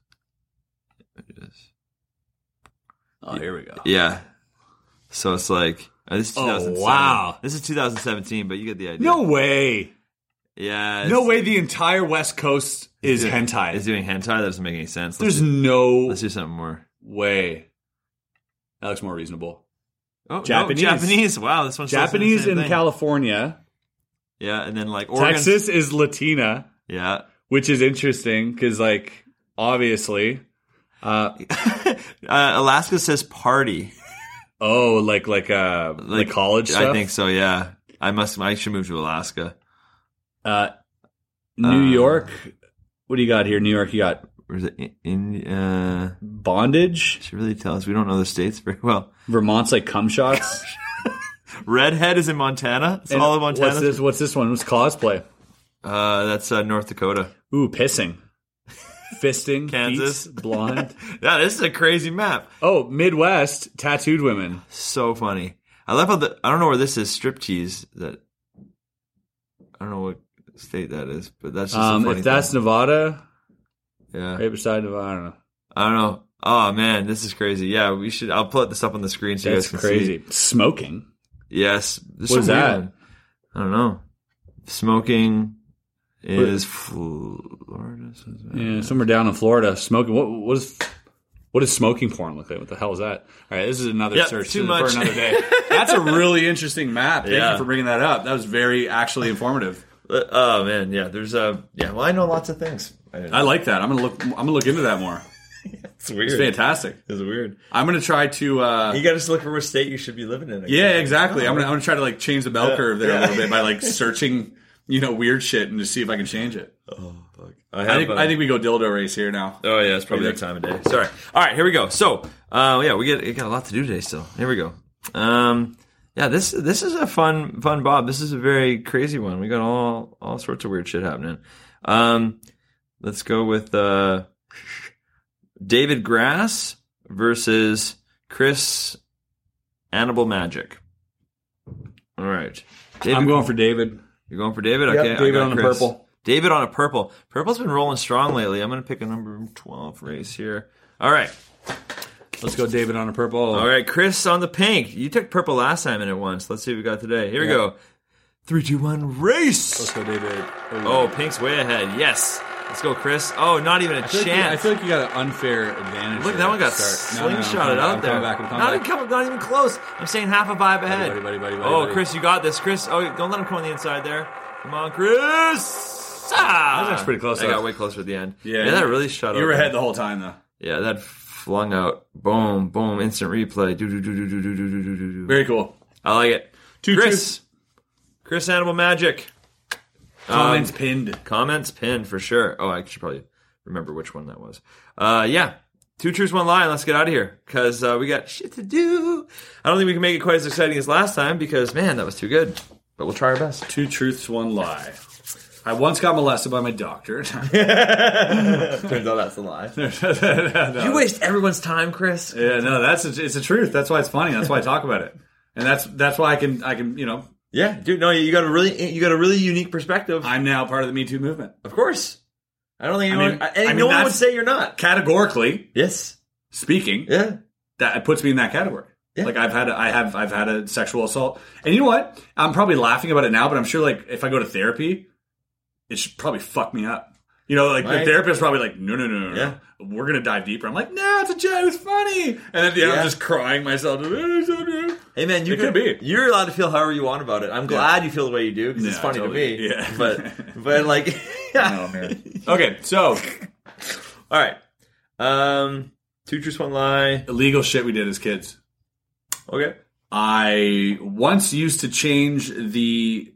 Speaker 3: Images.
Speaker 2: Oh, here we go.
Speaker 3: Yeah. So it's like uh, this is
Speaker 2: Oh,
Speaker 3: 2007.
Speaker 2: wow.
Speaker 3: This is 2017, but you get the idea.
Speaker 2: No way.
Speaker 3: Yeah.
Speaker 2: No
Speaker 3: it's-
Speaker 2: way the entire West Coast is hentai.
Speaker 3: It's doing hentai. That doesn't make any sense. Let's,
Speaker 2: There's
Speaker 3: do,
Speaker 2: no
Speaker 3: let's do something more.
Speaker 2: way. That looks more reasonable.
Speaker 3: Oh, no,
Speaker 2: Japanese.
Speaker 3: Japanese. Wow, this one's
Speaker 2: Japanese
Speaker 3: in
Speaker 2: in California.
Speaker 3: Yeah, and then like Oregon.
Speaker 2: Texas is Latina,
Speaker 3: Yeah.
Speaker 2: which is interesting because, like, obviously.
Speaker 3: *laughs* Uh, Alaska says party.
Speaker 2: Oh, like like uh like, college
Speaker 3: I
Speaker 2: stuff?
Speaker 3: think so. Yeah. I must. I should move to Alaska.
Speaker 2: Uh, New
Speaker 3: Uh.
Speaker 2: York. What do you got here? New York. You got
Speaker 3: Or is it in? in uh,
Speaker 2: bondage.
Speaker 3: should really tell us. We don't know the states very well.
Speaker 2: Vermont's like cum shots.
Speaker 3: Redhead is in Montana. *laughs* It's
Speaker 2: And
Speaker 3: all of Montana.
Speaker 2: What's this? What's this one? What's cosplay?
Speaker 3: Uh, that's uh, North Dakota.
Speaker 2: Ooh,
Speaker 3: *laughs*
Speaker 2: pissing, fisting,
Speaker 3: Kansas.
Speaker 2: feet, blonde.
Speaker 3: *laughs* Yeah, this is a crazy map.
Speaker 2: Oh, Midwest tattooed women.
Speaker 3: So funny. I love how the I don't know where this is striptease that I don't know what state that is, but that's just a
Speaker 2: Um,
Speaker 3: funny
Speaker 2: if that's
Speaker 3: thing.
Speaker 2: Nevada,
Speaker 3: yeah.
Speaker 2: right beside Nevada. I don't know.
Speaker 3: I don't know. Oh man, this is crazy. Yeah, we should. I'll put this up on the screen so
Speaker 2: That's
Speaker 3: you guys can see.
Speaker 2: crazy. Smoking.
Speaker 3: Yes, There's
Speaker 2: What is
Speaker 3: some weird
Speaker 2: that?
Speaker 3: one. I don't know. Smoking is Florida.
Speaker 2: Yeah, somewhere down in Florida, smoking. What what is what does smoking porn look like? What the hell is that? All right, this is another
Speaker 3: Yep,
Speaker 2: search This
Speaker 3: too
Speaker 2: is
Speaker 3: much. *laughs*
Speaker 2: for another day. That's a really interesting map. Thank
Speaker 3: Yeah.
Speaker 2: you for bringing that up. That was very actually informative.
Speaker 3: Oh man, yeah. There's uh, yeah. Well, I know lots of things. I didn't-
Speaker 2: I like that. I'm gonna look. I'm gonna look into that more.
Speaker 3: It's weird.
Speaker 2: It's fantastic.
Speaker 3: It's weird.
Speaker 2: I'm gonna try to. Uh,
Speaker 3: You got to just look for which state you should be living in. I
Speaker 2: yeah,
Speaker 3: guess.
Speaker 2: exactly. I'm gonna. I'm gonna try to like change the bell curve there a little bit by
Speaker 3: *laughs*
Speaker 2: like searching, you know, weird shit and just see if I can change it.
Speaker 3: I,
Speaker 2: I
Speaker 3: have,
Speaker 2: think.
Speaker 3: uh,
Speaker 2: I think we go dildo race here now.
Speaker 3: Oh yeah, it's probably that time of day. Sorry. All right, here we go. So, uh, yeah, we get we got a lot to do today. Still, here we go. Um, yeah, this this is a fun fun Bob. This is a very crazy one. We got all all sorts of weird shit happening. Um, let's go with uh, David Grass versus Chris Animal Magic. All right, David,
Speaker 6: I'm going for David.
Speaker 3: You're going for David. okay, I
Speaker 6: David
Speaker 3: got
Speaker 6: on the
Speaker 3: Chris.
Speaker 6: purple.
Speaker 3: David on a purple. Purple's been rolling strong lately. I'm going to pick a number 12 race here. All right.
Speaker 6: Let's go, David on a purple.
Speaker 3: All right, Chris on the pink. You took purple last time and it won. So let's see what we got today. Here we go. Three, two, one, race.
Speaker 6: Let's go, David.
Speaker 3: Oh, pink's way ahead. Yes. Let's go, Chris. Oh, not even a
Speaker 2: I feel, like you, I
Speaker 3: chance.
Speaker 2: feel like you got an unfair advantage.
Speaker 3: Look,
Speaker 2: here
Speaker 3: that one
Speaker 2: to
Speaker 3: got
Speaker 2: start. No, no, no, I'm
Speaker 3: slingshotted
Speaker 2: coming-
Speaker 3: out
Speaker 2: I'm
Speaker 3: there.
Speaker 2: coming back, I'm coming
Speaker 3: not,
Speaker 2: back.
Speaker 3: Even, coming- not even close. I'm saying half a vibe ahead.
Speaker 2: buddy, buddy, buddy, buddy,
Speaker 3: oh,
Speaker 2: buddy.
Speaker 3: Chris, you got this. Chris, oh, don't let him come on the inside there. Come on, Chris. Ah!
Speaker 6: That was actually pretty close,
Speaker 3: I
Speaker 6: though.
Speaker 3: got way closer at the end.
Speaker 2: Yeah.
Speaker 3: that really shut up.
Speaker 2: You were ahead the whole time though.
Speaker 3: Yeah, that flung out. Boom, boom, instant replay. Do do do do do do do do do do.
Speaker 2: Very cool.
Speaker 3: I like it.
Speaker 2: Two,
Speaker 3: Chris, Chris, Animal Magic Um,
Speaker 2: Comments pinned.
Speaker 3: comments pinned for sure. Oh, I should probably remember which one that was. Uh, yeah, two truths, one lie. and Let's get out of here because uh, we got shit to do. I don't think we can make it quite as exciting as last time because man, that was too good. But we'll try
Speaker 2: *laughs*
Speaker 3: our best.
Speaker 2: Two truths, one lie. I once got molested by my doctor. *laughs*
Speaker 3: Turns out that's a lie.
Speaker 2: No.
Speaker 3: You waste everyone's time, Chris.
Speaker 2: Yeah, no, that's a, it's a truth. That's why it's funny. That's why I talk about it, and that's that's why I can I can you know
Speaker 3: Yeah, dude. No, you got a really you got a really unique perspective.
Speaker 2: I'm now part of the Me Too movement
Speaker 3: Of course. I don't think
Speaker 2: I mean-
Speaker 3: anyone. I
Speaker 2: I mean,
Speaker 3: no one would
Speaker 2: that's-
Speaker 3: say you're not.
Speaker 2: categorically
Speaker 3: Yes.
Speaker 2: speaking.
Speaker 3: Yeah.
Speaker 2: That puts me in that category.
Speaker 3: Yeah.
Speaker 2: Like I've had a, I have I've had a sexual assault, and you know what? I'm probably laughing about it now, but I'm sure like if I go to therapy, it should probably fuck me up. You know, like
Speaker 3: Right.
Speaker 2: the therapist probably like, no, no, no, no,
Speaker 3: Yeah.
Speaker 2: no. we're gonna dive deeper. I'm like, no, it's a joke, it's funny, and at the end
Speaker 3: Yeah.
Speaker 2: I'm just crying myself. *laughs*
Speaker 3: Hey man, you
Speaker 2: It could
Speaker 3: can-
Speaker 2: be.
Speaker 3: You're allowed to feel however you want about it. I'm glad you feel the way you do because it's
Speaker 2: Yeah,
Speaker 3: funny
Speaker 2: totally.
Speaker 3: to me.
Speaker 2: Yeah. *laughs*
Speaker 3: But but like, *laughs*
Speaker 2: Oh, man. okay, so
Speaker 3: all right. Um, two truths, one lie.
Speaker 2: illegal shit we did as kids.
Speaker 3: Okay.
Speaker 2: I once used to change the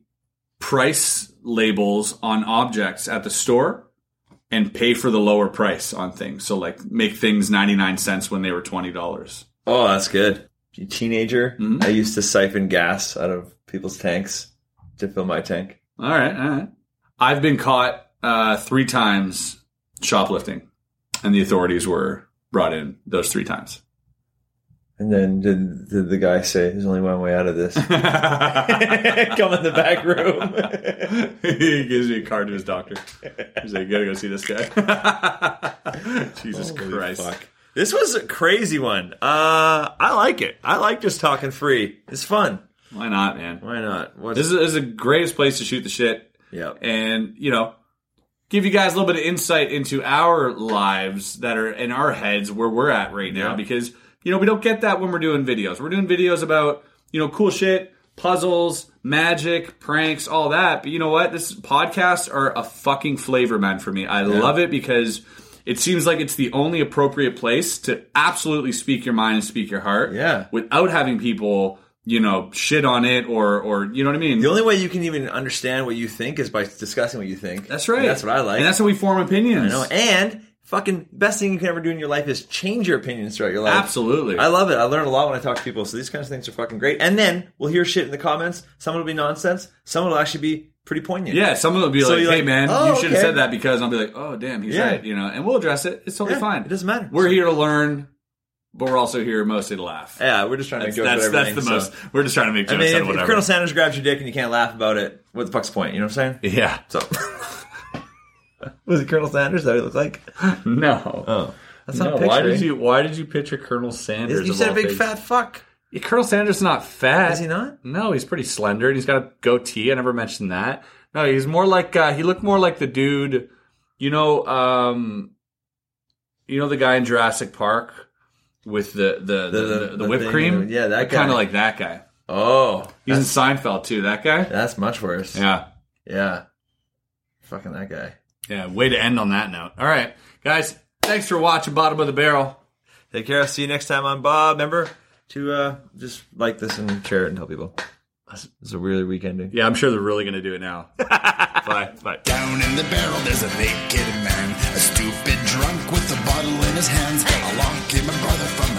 Speaker 2: price labels on objects at the store and pay for the lower price on things. So like make things 99 cents when they were $20.
Speaker 3: Oh, that's good. Teenager,
Speaker 2: Hmm?
Speaker 3: I used to siphon gas out of people's tanks to fill my tank.
Speaker 2: All right, all right. I've been caught uh, three times shoplifting and the authorities were brought in those three times. *laughs*
Speaker 3: And then did, did the guy say, "There's only one way out
Speaker 2: *laughs*
Speaker 3: of this"? *laughs* Come in the back room.
Speaker 2: he gives me a card to his doctor. He's like, you gotta go see this guy. *laughs* Jesus Christ.
Speaker 3: Fuck. This was a crazy one. Uh, I like it. I like just talking free. It's fun.
Speaker 2: Why not, man?
Speaker 3: Why not? What's,
Speaker 2: This is, this is the greatest place to shoot the shit.
Speaker 3: Yeah.
Speaker 2: And, you know, give you guys a little bit of insight into our lives that are in our heads where we're at right now
Speaker 3: Yeah.
Speaker 2: because, you know, we don't get that when we're doing videos. We're doing videos about, you know, cool shit, puzzles, magic, pranks, all that. But you know what? This podcasts are a fucking flavor man for me. I love it because it seems like it's the only appropriate place to absolutely speak your mind and speak your heart.
Speaker 3: Yeah.
Speaker 2: Without having people, you know, shit on it or or you know what I mean?
Speaker 3: the only way you can even understand what you think is by discussing what you think.
Speaker 2: That's right.
Speaker 3: And that's what I like.
Speaker 2: And that's how we form
Speaker 3: I
Speaker 2: opinions.
Speaker 3: know. And fucking best thing you can ever do in your life is change your opinions throughout your life.
Speaker 2: Absolutely.
Speaker 3: I love it. I learn a lot when I talk to people. So these kinds of things are fucking great. And then we'll hear shit in the comments. Some will be nonsense. Some will actually be pretty poignant.
Speaker 2: yeah, someone will be
Speaker 3: So
Speaker 2: like, "Hey,
Speaker 3: you're like,
Speaker 2: man,
Speaker 3: "Oh,
Speaker 2: you should have
Speaker 3: okay."
Speaker 2: said that," because I'll be like, "Oh, damn, he's
Speaker 3: Yeah.
Speaker 2: right," you know, and we'll address it. It's totally
Speaker 3: Yeah,
Speaker 2: fine.
Speaker 3: it doesn't matter.
Speaker 2: We're here to learn, but we're also here mostly to laugh.
Speaker 3: Yeah, we're just trying
Speaker 2: that's
Speaker 3: to go
Speaker 2: that's, that's the most. We're just trying to make
Speaker 3: I
Speaker 2: jokes
Speaker 3: mean, if,
Speaker 2: out
Speaker 3: if
Speaker 2: of whatever.
Speaker 3: Colonel Sanders grabs your dick and you can't laugh about it, what the fuck's the point? You know what I'm
Speaker 2: *laughs*
Speaker 3: saying?
Speaker 2: yeah.
Speaker 3: So, *laughs* was it Colonel Sanders that it looked like?
Speaker 2: No.
Speaker 3: Oh, that's
Speaker 2: No,
Speaker 3: not picturing.
Speaker 2: why did you why did you picture Colonel Sanders?
Speaker 3: You
Speaker 2: of
Speaker 3: said
Speaker 2: all
Speaker 3: big
Speaker 2: things?
Speaker 3: fat fuck.
Speaker 2: Yeah, Colonel Sanders is not fat.
Speaker 3: Is he not?
Speaker 2: No, he's pretty slender and he's got a goatee. I never mentioned that. No, he's more like uh, he looked more like the dude, you know, um, you know the guy in Jurassic Park with the the the, the, the
Speaker 3: the
Speaker 2: whipped
Speaker 3: thing,
Speaker 2: cream.
Speaker 3: yeah, that guy.
Speaker 2: kind of like that guy.
Speaker 3: Oh,
Speaker 2: He's in Seinfeld too. That guy.
Speaker 3: that's much worse.
Speaker 2: Yeah.
Speaker 3: Yeah. Fucking that guy.
Speaker 2: Yeah, way to end on that note. All right, guys, thanks for watching Bottom of the Barrel.
Speaker 3: Take care. I'll see you next time on Bob. Remember to uh, just like this and share it and tell people. It's a really week ending.
Speaker 2: Yeah, I'm sure they're really going to do it *laughs* now. Bye. Bye.
Speaker 1: Down in the barrel, there's a naked man, a stupid drunk with a bottle in his hands. Along came a brother from